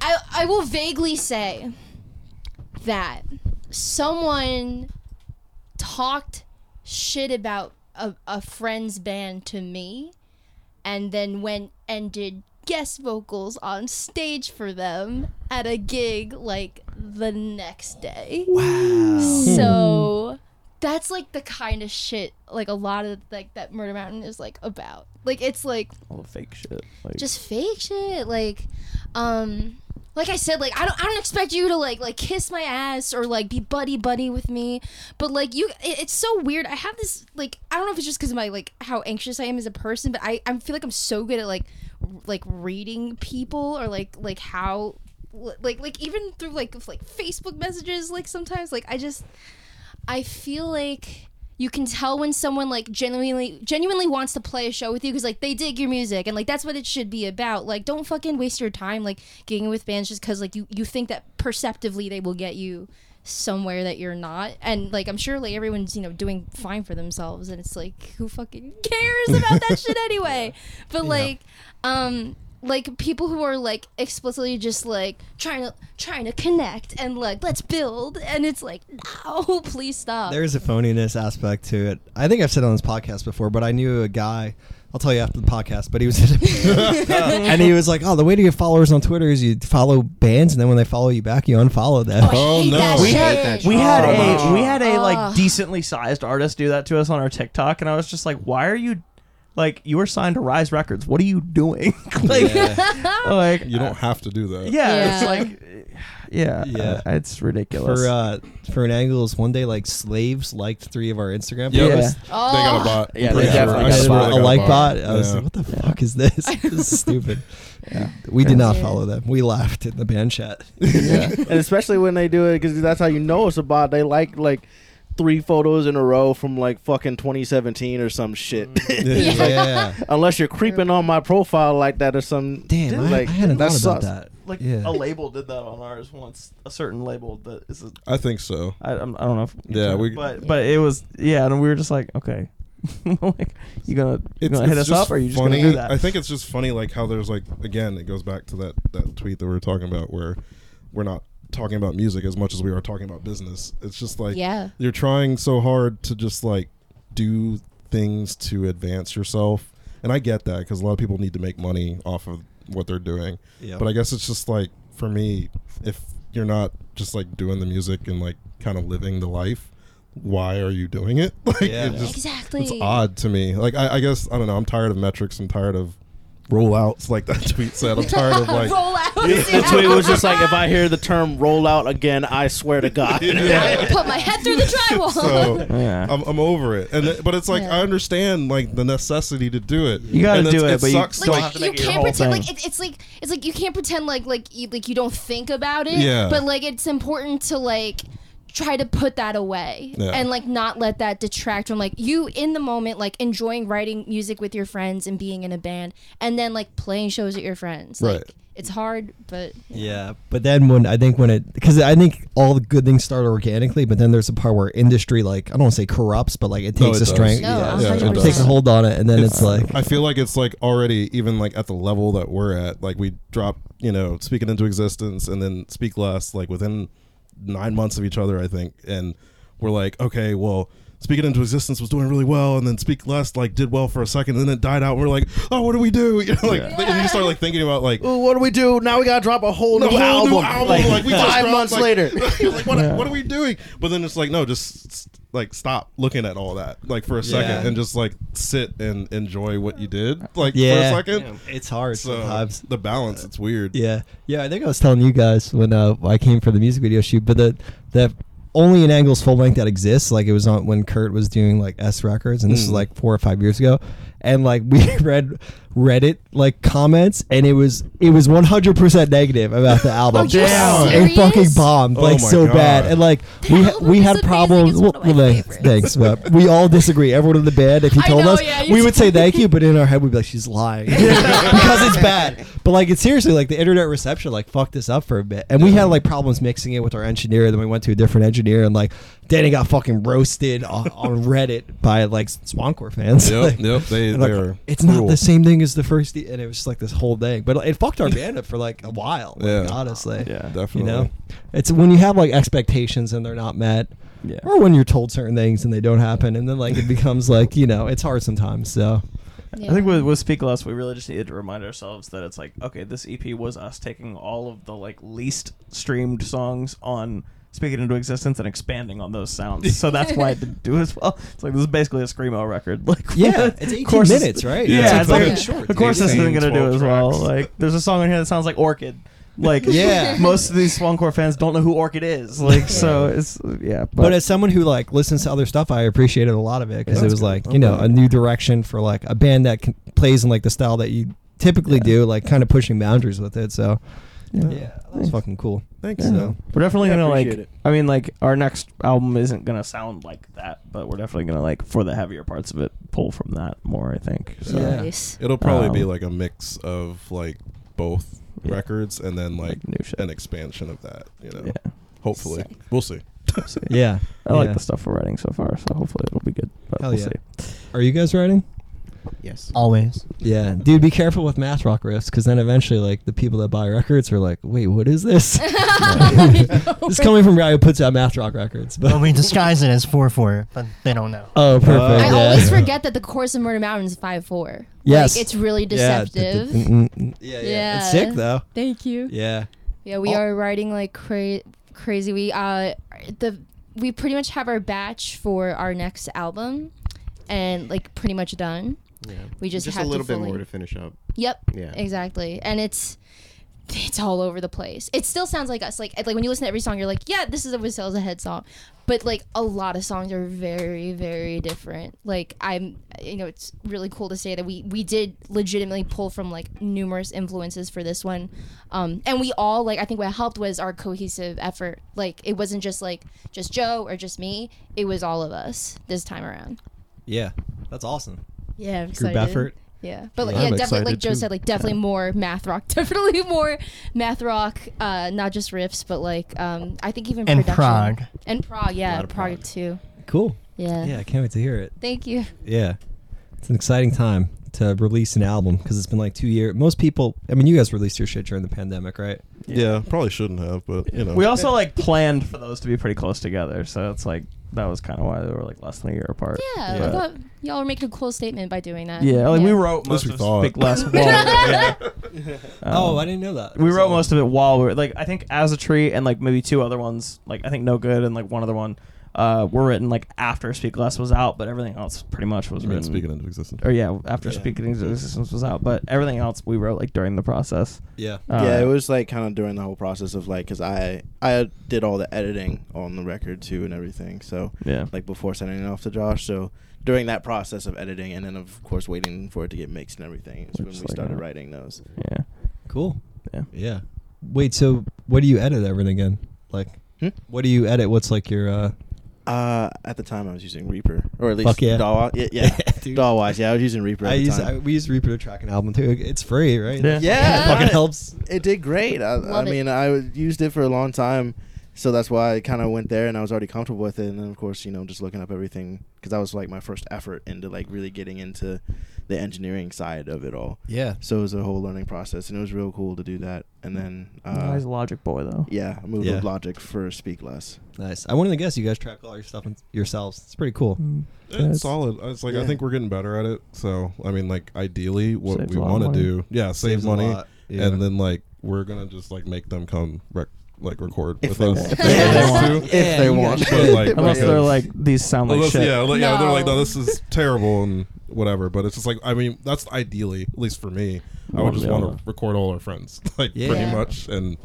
I, I will vaguely say that someone talked shit about a, a friend's band to me and then went and did guest vocals on stage for them at a gig like the next day. Wow. So that's like the kind of shit like a lot of like that Murder Mountain is like about. Like it's like
all the fake shit. Like,
just fake shit like um like I said, like I don't, I don't expect you to like, like kiss my ass or like be buddy buddy with me, but like you, it, it's so weird. I have this like, I don't know if it's just because of my like how anxious I am as a person, but I, I feel like I'm so good at like, r- like reading people or like, like how, like, like even through like, f- like Facebook messages, like sometimes like I just, I feel like you can tell when someone like genuinely genuinely wants to play a show with you because like they dig your music and like that's what it should be about. Like don't fucking waste your time like gigging with bands just because like you you think that perceptively they will get you somewhere that you're not and like I'm sure like everyone's you know doing fine for themselves and it's like who fucking cares about that shit anyway. But like um like people who are like explicitly just like trying to trying to connect and like let's build and it's like no *laughs* please stop
There's a phoniness aspect to it. I think I've said it on this podcast before, but I knew a guy. I'll tell you after the podcast, but he
*laughs*
was *laughs* in a and he was like, "Oh, the way to get followers on Twitter is you follow bands, and then when they follow you back, you unfollow them."
I
Oh,
hate
no.
that
We
shit.
had-
*laughs*
we had
Oh.
a we had a
Ugh.
like decently sized artist do that to us on our TikTok, and I was just like, why are you? Like you were signed to Rise Records. What are you doing? *laughs* like, like
*laughs* You don't have to do that.
yeah,
Yeah.
it's like, yeah,
Yeah.
uh, it's ridiculous.
for uh, for an angles, one day like slaves liked three of our Instagram
Yep.
posts.
They got a bot.
Yeah,
I'm
they
pretty sure.
definitely
I
got a
I
swear
bot.
saw
they
a
got
like bot. I was
Yeah.
like, "What the fuck is this? this is stupid." We did not follow them. We laughed in the band chat. *laughs*
and especially when they do it because that's how you know it's about. They like like three photos in a row from like fucking 2017 or some shit.
Mm. yeah.
*laughs* Unless you're creeping on my profile like that or some.
Damn, I,
like,
I hadn't
that
thought about
sucks.
that.
like
Yeah.
a label did that on ours once. A certain label that is, a,
I think so.
I, I'm, I don't know. If
Yeah, we-
But but it was yeah, and we were just like, okay, *laughs* like you gonna you gonna hit us
just
up or you just
funny.
gonna do that?
I think it's just funny, like how there's like again, it goes back to that that tweet that we were talking about, where we're not talking about music as much as we are talking about business. It's just like
Yeah.
you're trying so hard to just like do things to advance yourself, and I get that because a lot of people need to make money off of what they're doing.
Yeah.
But I guess it's just like for me, if you're not just like doing the music and like kind of living the life, why are you doing it? *laughs* Like
Yeah.
it just
exactly
it's odd to me. Like I, I guess I don't know. I'm tired of metrics. I'm tired of rollouts. Like that *laughs* tweet said. I'm tired of
*laughs*
like.
roll out
The tweet was just like, if I hear the term rollout again, I swear
*laughs*
to
*laughs*
God.
put my head through the drywall
So
yeah.
I'm, I'm over it. And it- but it's like
Yeah.
I understand like the necessity to do it.
You gotta
And it's-
do it, but you
sucks.
don't
like,
like,
have to
you
make it your
can't
whole
pretend
thing.
like it, it's like it's like you can't pretend like like you, like you don't think about it
Yeah.
but like it's important to like try to put that away
Yeah.
and like not let that detract from like you in the moment like enjoying writing music with your friends and being in a band and then like playing shows at your friends
Right.
like it's hard but
Yeah, but then when I think when it because I think all the good things start organically, but then there's a part where industry like I don't want to say corrupts, but like it
No,
takes a
it does.
strength,
No,
yeah,
a
Yeah, it
it
does.
takes a hold on it, and then it's,
It's-
like
Uh, I feel like it's like already even like at the level that we're at. Like we drop you know speak it into existence and then speak less like within nine months of each other. I think and we're like okay well. Speak it into existence was doing really well, and then Speak Less like did well for a second, and then it died out. And we're like, oh, what do we do? *laughs* You know, like and you start like thinking about like
Ooh, what do we do? Now we gotta drop a whole
the
new
whole
album.
new album,
Like,
like, we just
five
dropped, *laughs*
months
like-
later. *laughs*
like, what, what are we doing? But then it's like, no, just s- like stop looking at all that, like for a second,
Yeah.
and just like sit and enjoy what you did, like
Yeah.
for a second.
it's hard
So
sometimes.
the balance, it's weird.
Yeah, yeah. I think I was telling you guys when uh, I came for the music video shoot, but the that only an angles full length that exists. Like it was on when Kurt was doing like S Records, and this is
Mm.
like four or five years ago. And like *laughs* we read Reddit like comments, and it was it was one hundred percent negative about the album.
*laughs* Oh, you're
It
serious?
fucking bombed
Oh
like
my
so bad,
God.
and like
The
we ha-
album
we
is
had
amazing.
problems.
It's one of my
well, thanks,
favorites.
thanks, but we all disagree. Everyone in the band, if he
*laughs* I
told
know,
us,
yeah, you
we
t-
would say thank you, but in our head we'd be like, she's
*laughs*
lying *laughs* because it's bad. But like, it's seriously like the internet reception like fucked us up for a bit, and we had like problems mixing it with our engineer. Then we went to a different engineer, and like Danny got fucking roasted on, on Reddit by like Swancore fans. *laughs*
Yep,
Like,
yep. They,
and,
they
like,
are.
it's not
cruel.
the same thing as the first, e-, and it was just like this whole thing. But it fucked our band up for like a while. like,
Yeah.
honestly.
Yeah.
Definitely.
You know, it's when you have like expectations and they're not met,
Yeah.
or when you're told certain things and they don't happen, and then like it becomes like you know it's hard sometimes. So
I think with, with Speak Less, we really just needed to remind ourselves that it's like, okay, this EP was us taking all of the like least streamed songs on Speak It Into Existence and expanding on those sounds. so that's why it didn't do as well. It's like this is basically a screamo record. *laughs* Like,
Yeah,
of
it's 18
course it's-
minutes, right?
Yeah,
it's,
it's, like,
fucking
yeah.
short.
of course this
dude.
isn't gonna do
12
as well.
tracks.
Like, there's a song on here that sounds like Orchid. Like,
*laughs* Yeah.
*laughs* most of these Swancore fans don't know who Orchid is. Like, so it's yeah, but,
But as someone who like listens to other stuff, I appreciated a lot of it because it was like you know a new direction for like a band that can, plays in like the style that you typically do, like kind of pushing boundaries with it. So yeah, that was fucking cool.
Thanks.
Yeah.
So
We're definitely
Yeah,
gonna like.
appreciate it.
I mean, like our next album isn't gonna sound like that, but we're definitely gonna like for the heavier parts of it pull from that more. I think. So,
Yeah.
Nice. *laughs*
It'll probably be
Um,
like a mix of like both
Yeah.
records and then like,
Like, new shit.
an expansion of that, you know.
Yeah.
Hopefully.
Sick.
We'll see.
So,
yeah,
I like
yeah.
the stuff we're writing so far, so hopefully it'll be good. But
Hell
we'll
yeah.
see.
Are you guys writing?
Yes.
Always.
Yeah, dude, be careful with math rock riffs because then eventually, like the people that buy records are like, "Wait, what is
*laughs*
this?" *laughs* It's coming from a guy who puts out math rock records, but
But we disguise it as 4 4, but they don't know.
*laughs* oh, perfect.
I
yeah.
always forget that the course of Murder Mountain is five four.
Yes.
like, it's really
*laughs* Yeah,
deceptive.
*laughs* yeah,
Yeah.
It's sick though.
Thank you.
mm. Yeah.
Yeah, we
Oh.
are writing like cra- crazy. We uh the we pretty much have our batch for our next album, and like pretty much done.
Yeah.
We just,
just
have
a little
to
bit
fully-
more to finish up.
Yep.
Yeah.
Exactly, and it's it's all over the place. It still sounds like us. Like like when you listen to every song, you're like, yeah, this is a Wizzel's ahead song, but like a lot of songs are very very different. Like I'm, you know, it's really cool to say that we we did legitimately pull from like numerous influences for this one, um, and we all like I think what helped was our cohesive effort. Like it wasn't just like just Joe or just me. It was all of us this time around.
Yeah. That's awesome.
Yeah, I'm
Group
excited.
effort.
Yeah, but like,
Yeah,
yeah,
I'm
definitely, like
excited
Joe
too.
said, like definitely more math rock, *laughs* definitely more math rock, uh, not just riffs, but like um, I think even
And
production.
Prague.
and Prague, yeah,
lot of
Prague,
Prague.
too.
Cool.
Yeah.
Yeah, I can't wait to hear it.
thank you.
Yeah. It's an exciting time to release an album because it's been like two years. Most people, I mean, you guys released your shit during the pandemic, right?
*laughs* Yeah, probably shouldn't have, but you know.
We also like planned for those to be pretty close together, so it's like that was kind of why they were like less than a year apart.
Yeah, I
But-
thought y'all were making a cool statement by doing that.
yeah, like we *laughs* wrote most
we
of
thought.
*laughs*
Speak Less. While, yeah.
Um,
oh, I didn't know that.
we wrote most of it while we were like I think as a tree and like maybe two other ones like I think no good and like one other one uh were written like after Speak Less was out but everything else pretty much was
I mean,
written
speaking into existence.
or yeah after Speak Speaking Into Existence was out but everything else we wrote like during the process
Yeah.
uh,
yeah, it was like kind of during the whole process of like, cause I I did all the editing on the record too and everything. So
yeah
like before sending it off to Josh. So during that process of editing and then of course waiting for it to get mixed and everything is
We're
when we
just like,
started
uh,
writing those.
yeah
Cool.
Yeah.
Yeah. Wait, so what do you edit everything in? Like,
Hmm?
what do you edit? What's like your, uh,
Uh, at the time I was using Reaper or at least
Fuck *laughs* yeah.
Daw. Yeah, *laughs* yeah.
Dude.
Dawwise. Yeah, I was using Reaper. At
I
the
use,
time.
I, we use Reaper to track an album too. It's free, right?
Yeah.
Yeah,
It fucking
right.
helps.
it did great. I, I
Love it.
mean, I was- used it for a long time, so that's why I kind of went there, and I was already comfortable with it. And then, of course, you know, just looking up everything because that was like my first effort into like really getting into the engineering side of it all.
Yeah.
So it was a whole learning process, and it was real cool to do that. And then,
No,
uh,
he's a Logic boy though
yeah, I moved
Yeah.
with Logic for Speak Less.
Nice. I wanted to guess you guys track all your stuff in- yourselves. It's pretty cool.
Mm. *laughs*
It's solid. It's like I
Yeah.
think we're getting better at it. So I mean, like ideally, what
Saves
we
a lot of
want to
money.
do, yeah, save
Saves a
money,
lot. Yeah.
and then like we're gonna just like make them come rec- like record
If
with
they
us
want.
if they want to.
if they
you
want.
guys
But,
should.
like,
unless
because-
they're like these sound like
Unless-
shit
Oh, yeah, like, yeah, they're like, no,
No. *laughs*
this is terrible and whatever. But it's just like, I mean, that's ideally, at least for me, I
Wanna
would just
be
want
on
to record all our friends, *laughs* like
Yeah.
pretty
Yeah.
much, and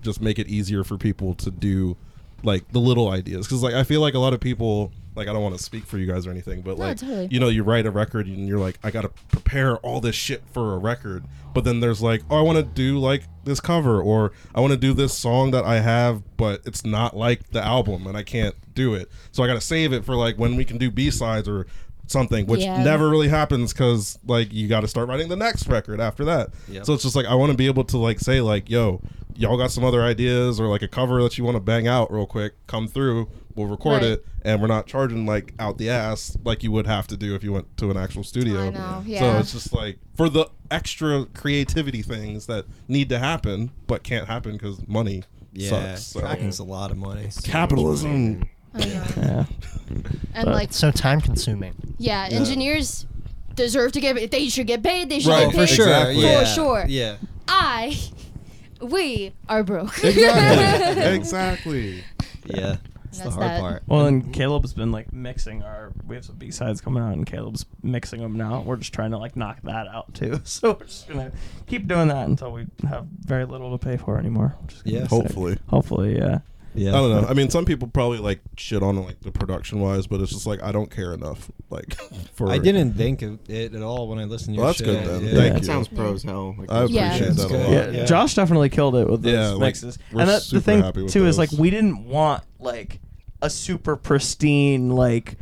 just make it easier for people to do like the little ideas because like I feel like a lot of people. Like I don't want to speak for you guys or anything, but
No,
like
totally.
you know, you write a record and you're like, I gotta prepare all this shit for a record. But then there's like, oh, I want to do like this cover or I want to do this song that I have, but it's not like the album and I can't do it. So I gotta save it for like when we can do B sides or something, which
Yeah.
never really happens because like you got to start writing the next record after that. So it's just like I want to be able to like say like, yo, y'all got some other ideas or like a cover that you want to bang out real quick, come through, we'll record
Right.
it, and we're not charging like out the ass like you would have to do if you went to an actual studio.
I know,
So
yeah.
it's just like for the extra creativity things that need to happen but can't happen because money
Yeah.
sucks. So.
Tracking's a lot of money.
Capitalism.
I know.
yeah
And like
It's so time consuming.
Yeah,
Yeah.
engineers deserve to get. They should get paid. They should
Right,
get
for
paid.
sure, Exactly.
Oh, For
yeah,
sure.
Yeah.
I, we are broke. *laughs*
Exactly. exactly.
Yeah. It's the
That's
hard
that.
part.
Well, and Caleb's been like mixing our. We have some B sides coming out, and Caleb's mixing them now. We're just trying to like knock that out too. *laughs* So we're just gonna keep doing that until we have very little to pay for anymore. Just gonna
Yeah.
be sick.
Hopefully.
Hopefully, yeah.
Yeah.
I don't know. I mean, some people probably like shit on like the production wise, but it's just like I don't care enough. Like *laughs* for
I didn't think of it at all when I listened to your
Well, that's
show.
good then.
Yeah.
Thank
Yeah.
you.
sounds pro as hell. Like,
I
Yeah.
appreciate
That's
that a
good.
lot.
yeah,
yeah.
Josh definitely killed it with those
Yeah, like,
mixes.
we're
and that's the
super
thing
happy with
too is like
those.
we didn't want like a super pristine like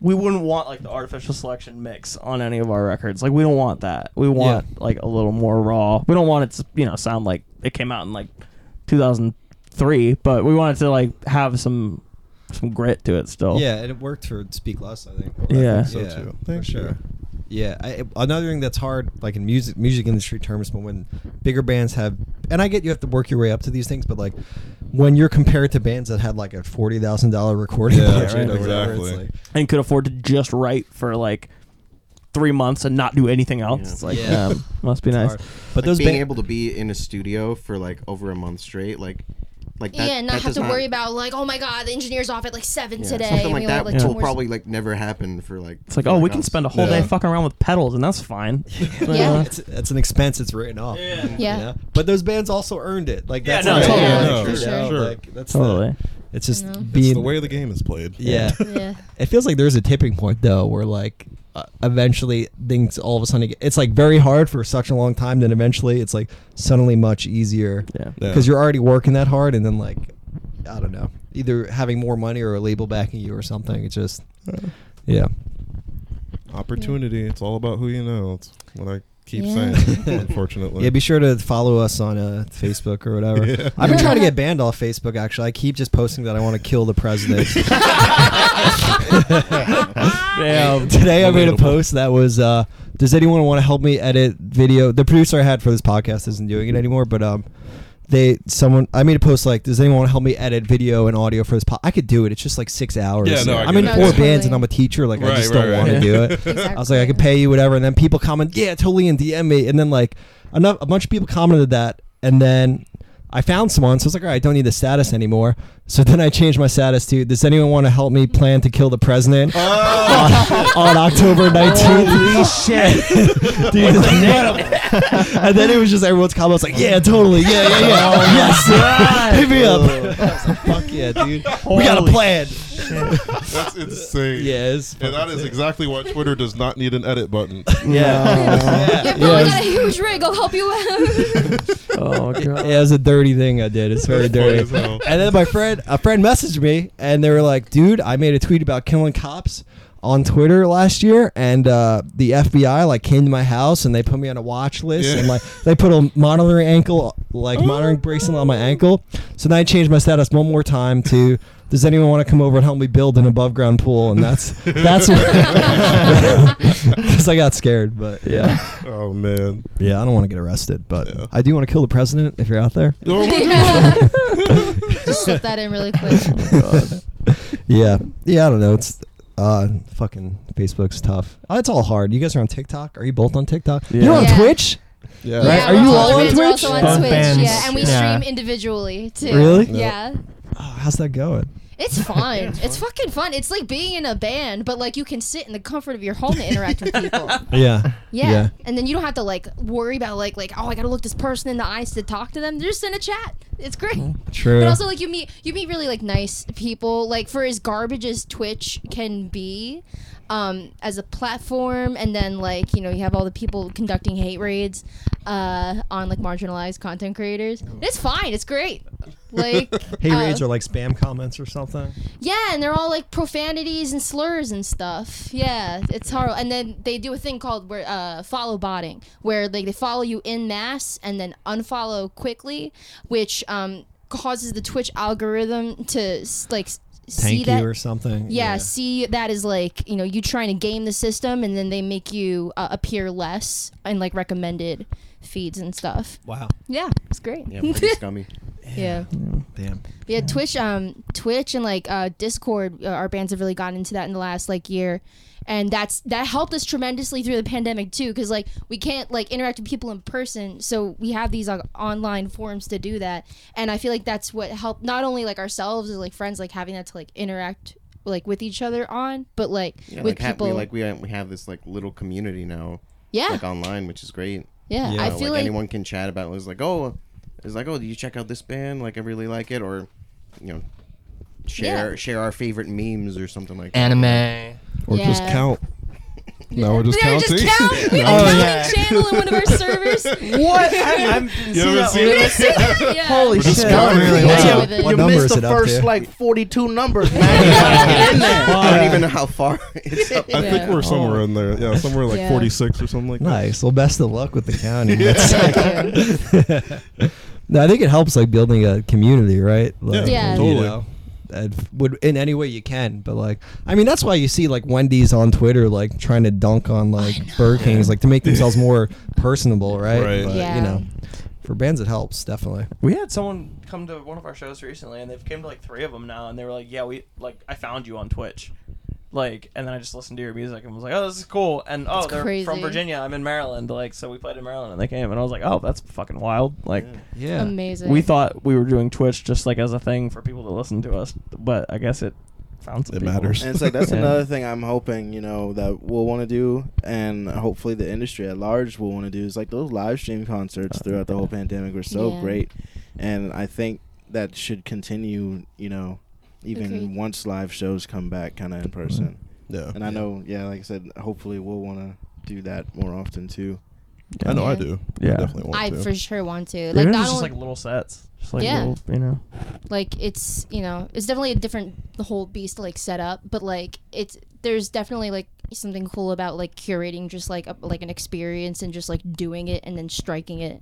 we wouldn't want like the artificial selection mix on any of our records. Like we don't want that. We want like a little more raw. We don't want it to you know sound like it came out in like 2003, but we want it to like have some some grit to it still.
Yeah, and it worked for Speak Less, I think.
Yeah.
So too. Thank
for
you.
sure. Yeah, I, another thing that's hard, like in music music industry terms, but when bigger bands have, and I get you have to work your way up to these things, but like when you're compared to bands that had like a forty thousand dollar recording
Yeah,
budget,
right,
or whatever,
exactly.
it's like,
And could afford to just write for like 3 months and not do anything else.
Yeah.
It's like
Yeah.
um, must be
it's
nice.
hard. But those
being
ba-
able to be in a studio for like over a month straight, like, like that.
yeah, and
that
not have
does
to worry about like, oh my god, the engineer's off at like seven
yeah,
today. and
Something like
we only
that
have,
will
two more-
probably like never happen for like.
It's like, oh, we can spend a whole
Yeah.
day fucking around with pedals, and that's fine.
*laughs* Yeah.
it's, it's an expense it's written off. Yeah.
Yeah.
But those bands also earned it. Like
Yeah,
that's
no,
not-
totally.
like,
Yeah,
you
for
know,
sure.
like, that's the-
Totally.
it's just
I know. It's
being
It's the way the game is played. *laughs*
Yeah.
Yeah.
It feels like there's a tipping point though, where like uh, eventually things all of a sudden get, it's like very hard for such a long time. Then eventually it's like suddenly much easier.
Yeah.
Yeah.
Because you're already working that hard, and then like I don't know, either having more money or a label backing you or something. It's just yeah.
Opportunity. It's all about who you know. It's what I keep
Yeah.
*laughs*
saying. Unfortunately.
Yeah, be sure
*laughs*
to *laughs* follow us on uh, Facebook or whatever.
Yeah.
I've been trying to get banned off Facebook. Actually, I keep just posting that I want to kill the president. *laughs*
Damn.
Today I made a
Relatable.
post that was, uh, does anyone want to help me edit video? The producer I had for this podcast isn't doing it anymore, but um, they someone I made a post like, does anyone want to help me edit video and audio for this podcast? I could do it. It's just like six hours.
Yeah, no, I
I'm in
get it.
four
Totally.
bands and I'm a teacher. Like I
Right,
just
right,
don't
right.
want to
Yeah.
do it.
*laughs*
Exactly.
I was like, I could pay you whatever, and then people comment, yeah, totally, and DM me, and then like enough, a bunch of people commented that, and then I found someone, so I was like, all right, I don't need the status anymore. So then I changed my status to, does anyone want to help me plan to kill the president
Oh.
on, *laughs* on October nineteenth?
Holy shit.
*laughs* Dude, it's terrible. *laughs* and then it was just everyone's comments like, yeah, totally, yeah, yeah,
Oh
yeah, yes, *laughs* hit me up. I was like, Fuck yeah, dude, we got a
Holy
plan.
That's insane.
Yeah, it's
And that is exactly why Twitter does not need an edit button.
Yeah.
*laughs* Yeah, Bill, I got a huge rig. I'll help you *laughs* out.
Oh, God.
Yeah, it was a dirty thing I did. It's very dirty.
Funny as hell.
And then my friend, a friend messaged me, and they were like, "Dude, I made a tweet about killing cops on Twitter last year, and uh, the FBI like came to my house and they put me on a watch list,
Yeah. Oh.
and like they put a monitoring ankle, like monitoring bracelet on my ankle. So then I changed my status one more time to." Does anyone want to come over and help me build an above ground pool? And that's that's *laughs* because I got scared. But *laughs*
*laughs*
yeah, *laughs*
Oh man.
yeah, I don't want to get arrested, but
Yeah.
I do want to kill the president if you're out there.
Oh,
*laughs* Just slip that in really quick.
Yeah. Yeah, I don't know. It's uh fucking Facebook's tough. Uh, It's all hard. You guys are on TikTok? Are you both on TikTok? You're on
Yeah.
Twitch?
Yeah.
Right,
Yeah,
are you
we're
all on
we're
Twitch?
also on
Both
Twitch,
bands.
yeah, and we
Yeah.
stream individually too.
Really?
No.
Yeah.
Oh, how's that going?
It's fun. It's fucking fun. It's like being in a band, but like you can sit in the comfort of your home and interact with *laughs* people.
Yeah.
Yeah.
Yeah.
And then you don't have to like worry about like like oh I gotta look this person in the eyes to talk to them. They're just in a chat. It's great.
True.
But also like you meet you meet really like nice people. Like for as garbage as Twitch can be, um, as a platform, and then like you know you have all the people conducting hate raids, uh, on like marginalized content creators. It's fine. It's great.
*laughs*
Like
Hey,
uh,
Oh. raids are like spam comments or something.
yeah, and they're all like profanities and slurs and stuff. Yeah, it's horrible. And then they do a thing called where uh, follow botting, where like they follow you in mass and then unfollow quickly, which um, causes the Twitch algorithm to s- like s- see
Thank
that.
you or something.
yeah, see that is like you know you trying to game the system, and then they make you uh, appear less in like recommended feeds and stuff.
Wow.
Yeah, it's great.
Yeah, pretty scummy.
*laughs* yeah.
Damn.
Yeah, Twitch, um, Twitch and like uh, Discord, uh, our bands have really gotten into that in the last like year, and that's that helped us tremendously through the pandemic too, because like we can't like interact with people in person, so we have these like online forums to do that, and I feel like that's what helped not only like ourselves as like friends, like having that to like interact like with each other on, but like
Yeah,
with
like, ha-
people,
we, like we have, we have this like little community now,
yeah,
like online, which is great.
yeah,
Yeah,
I
know,
feel
like,
like,
anyone can chat about. It. It's like, oh, it's like, oh, do you check out this band? Like, I really like it, or you know, share
Yeah.
share our favorite memes or something like that.
Anime.
Or just
Yeah.
count. Now we're
*laughs*
just
we are
counting.
just count. We
*laughs*
had
Oh,
a counting
yeah.
channel in one of our servers. You
What? I, I didn't
You
see
haven't
that
seen
one.
didn't see
*laughs*
that? *laughs* Yeah.
Holy shit!
going really well.
Yeah.
What
you
number is
missed
it
the
up
first
there?
like 42
*laughs*
numbers, man.
I don't even know how far *laughs* it's up.
I think
Yeah.
we're somewhere in there. Yeah, somewhere like
Yeah.
46 or something like that.
Nice. Well, best of luck with the county. That's-
Thank you.
no, I think it helps like building a community, right? Like,
Yeah.
You
totally.
know, and f- would in any way you can, but like, I mean, that's why you see like Wendy's on Twitter, like trying to dunk on like Burger King's, like to make themselves more personable, right?
Right.
But,
Yeah.
You know, for bands it helps definitely.
We had someone come to one of our shows recently, and they've came to like three of them now, and they were like, "Yeah, we like I found you on Twitch." Like, and then I just listened to your music and was like, "Oh, this is cool." And oh, they're
crazy.
from Virginia. I'm in Maryland. Like, so we played in Maryland, and they came, and I was like, "Oh, that's fucking wild!" Like,
Yeah.
Amazing.
we thought we were doing Twitch just like as a thing for people to listen to us, but I guess it found some
It
people.
matters.
And it's like
*laughs*
that's
Yeah.
another thing I'm hoping you know that we'll want to do, and hopefully the industry at large will want to do is like those live stream concerts throughout the whole pandemic were so
Yeah.
great, and I think that should continue. You know, even
Agreed.
once live shows come back, kind of in person.
Yeah.
And I know, yeah, like I said, hopefully we'll want to do that more often too.
I know I
Yeah.
do.
Yeah.
I definitely want
I
to.
for sure want to.
Like,
Like
Even if
not
it's just
only,
like little sets, just like
Yeah.
little, you know.
like it's you know it's definitely a different the whole beast to, like set up but like it's there's definitely like something cool about like curating just like a, like an experience and just like doing it and then striking it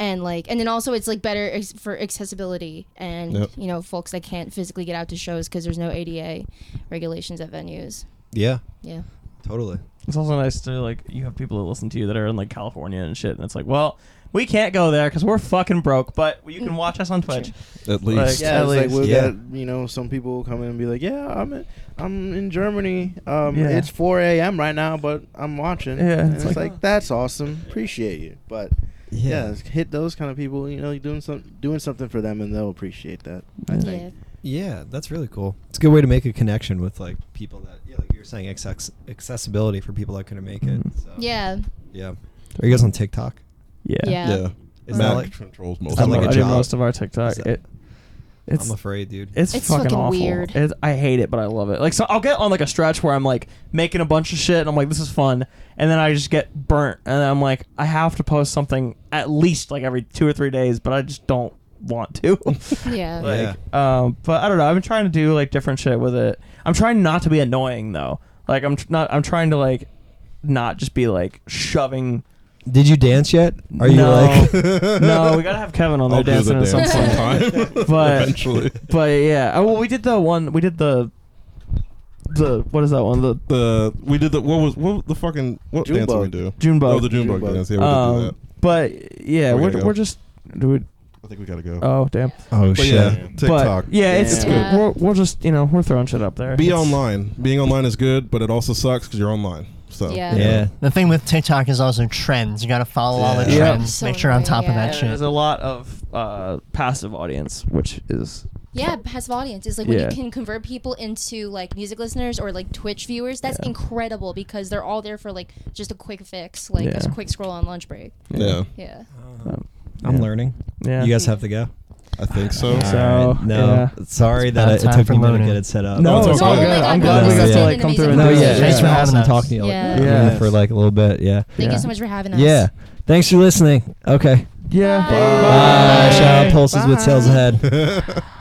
and like and then also it's like better ex- for accessibility and
Yep.
you know folks that can't physically get out to shows because there's no ada regulations at venues
Yeah.
yeah
Totally.
It's also nice to like you have people that listen to you that are in like California and shit, and it's like, well, we can't go there because we're fucking broke, but you can watch us on Twitch.
At least.
Yeah,
Yeah, it's like
like-
we'll
Yeah.
get you know some people will come in and be like, yeah, I'm in, I'm in Germany. Um,
Yeah.
it's 4 a.m. right now, but I'm watching.
Yeah,
and
it's
it's
like-
like, that's awesome. Appreciate you, but yeah.
Yeah.
hit those kind of people. You know, you're doing some doing something for them, and they'll appreciate that. I think.
yeah
Yeah, that's really cool. It's a good way to make a connection with like people that, yeah, like you were saying, access- accessibility for people that couldn't make it.
Mhm.
So.
yeah
Yeah. Are you guys on TikTok?
Yeah,
yeah,
Yeah.
Is
Mac
that like?
controls
is
most
that
I'm
of
like
it.
a
I do
job?
most of our TikTok.
Is that-
It, it's
I'm afraid, dude.
It's,
It's
fucking,
fucking
awful.
weird.
It's- I hate it, but I love it. Like, so I'll get on like a stretch where I'm like making a bunch of shit, and I'm like, this is fun, and then I just get burnt, and I'm like, I have to post something at least like every two or three days, but I just don't want to. *laughs*
Yeah.
like, um, but I don't know. I've been trying to do like different shit with it. I'm trying not to be annoying though. Like, I'm tr- not. I'm trying to like not just be like shoving.
Did you dance yet? Are you
*laughs* no,
like?
*laughs*
*laughs*
no, we gotta have Kevin on there
I'll do the
dancing at
dance
some point.
sometime.
*laughs* But-
*laughs* Eventually.
But yeah, oh, well, we did the one. We did the the what is that one? The
The we did the what was what was the fucking what
June
dance did we
bug.
do?
June bug.
Oh, the June bug
June bug.
dance. Yeah, we did do
um,
that.
but yeah,
We
we're,
gotta
we're
go.
just do we,
I think we gotta go.
Oh damn!
Oh
but
shit!
yeah,
But
TikTok.
yeah, it's
It's
good.
good.
We're, we're just you know we're throwing shit up there.
Be
It's-
online. Being online is good, but it also sucks because you're online. So
Yeah.
yeah.
The thing with TikTok is also trends. You gotta follow all the
Yeah.
Yeah.
trends.
So
Make sure you're on top of
annoying,
that
And There's
shit.
a lot of uh, passive audience, which is
Yeah, passive audience. It's like when
Yeah.
you can convert people into like music listeners or like Twitch viewers. That's incredible because they're all there for like just a quick fix, like
Yeah.
a quick scroll on lunch break.
yeah,
Yeah.
Uh, I'm
Yeah.
learning.
yeah.
You guys have to go.
I think so.
so.
Alright, no,
yeah.
sorry
It's
that
about
it, it
time
took
for
me a minute to
loading.
get it set up.
no,
No,
it's
no,
all
oh my
good.
God,
I'm
no,
glad
this
we
is
got to
such
like
an
come through and
amazing
No,
do
yeah,
this.
Yeah.
thanks for
Yeah.
having me talking to you. Like,
Yeah.
you
Yeah.
know, for like a little bit. Yeah.
Thank
Yeah.
you so much for having us.
Yeah. Thanks for listening. Okay.
Yeah.
Bye.
Bye. Shout out Pulses with Sales Ahead.
*laughs*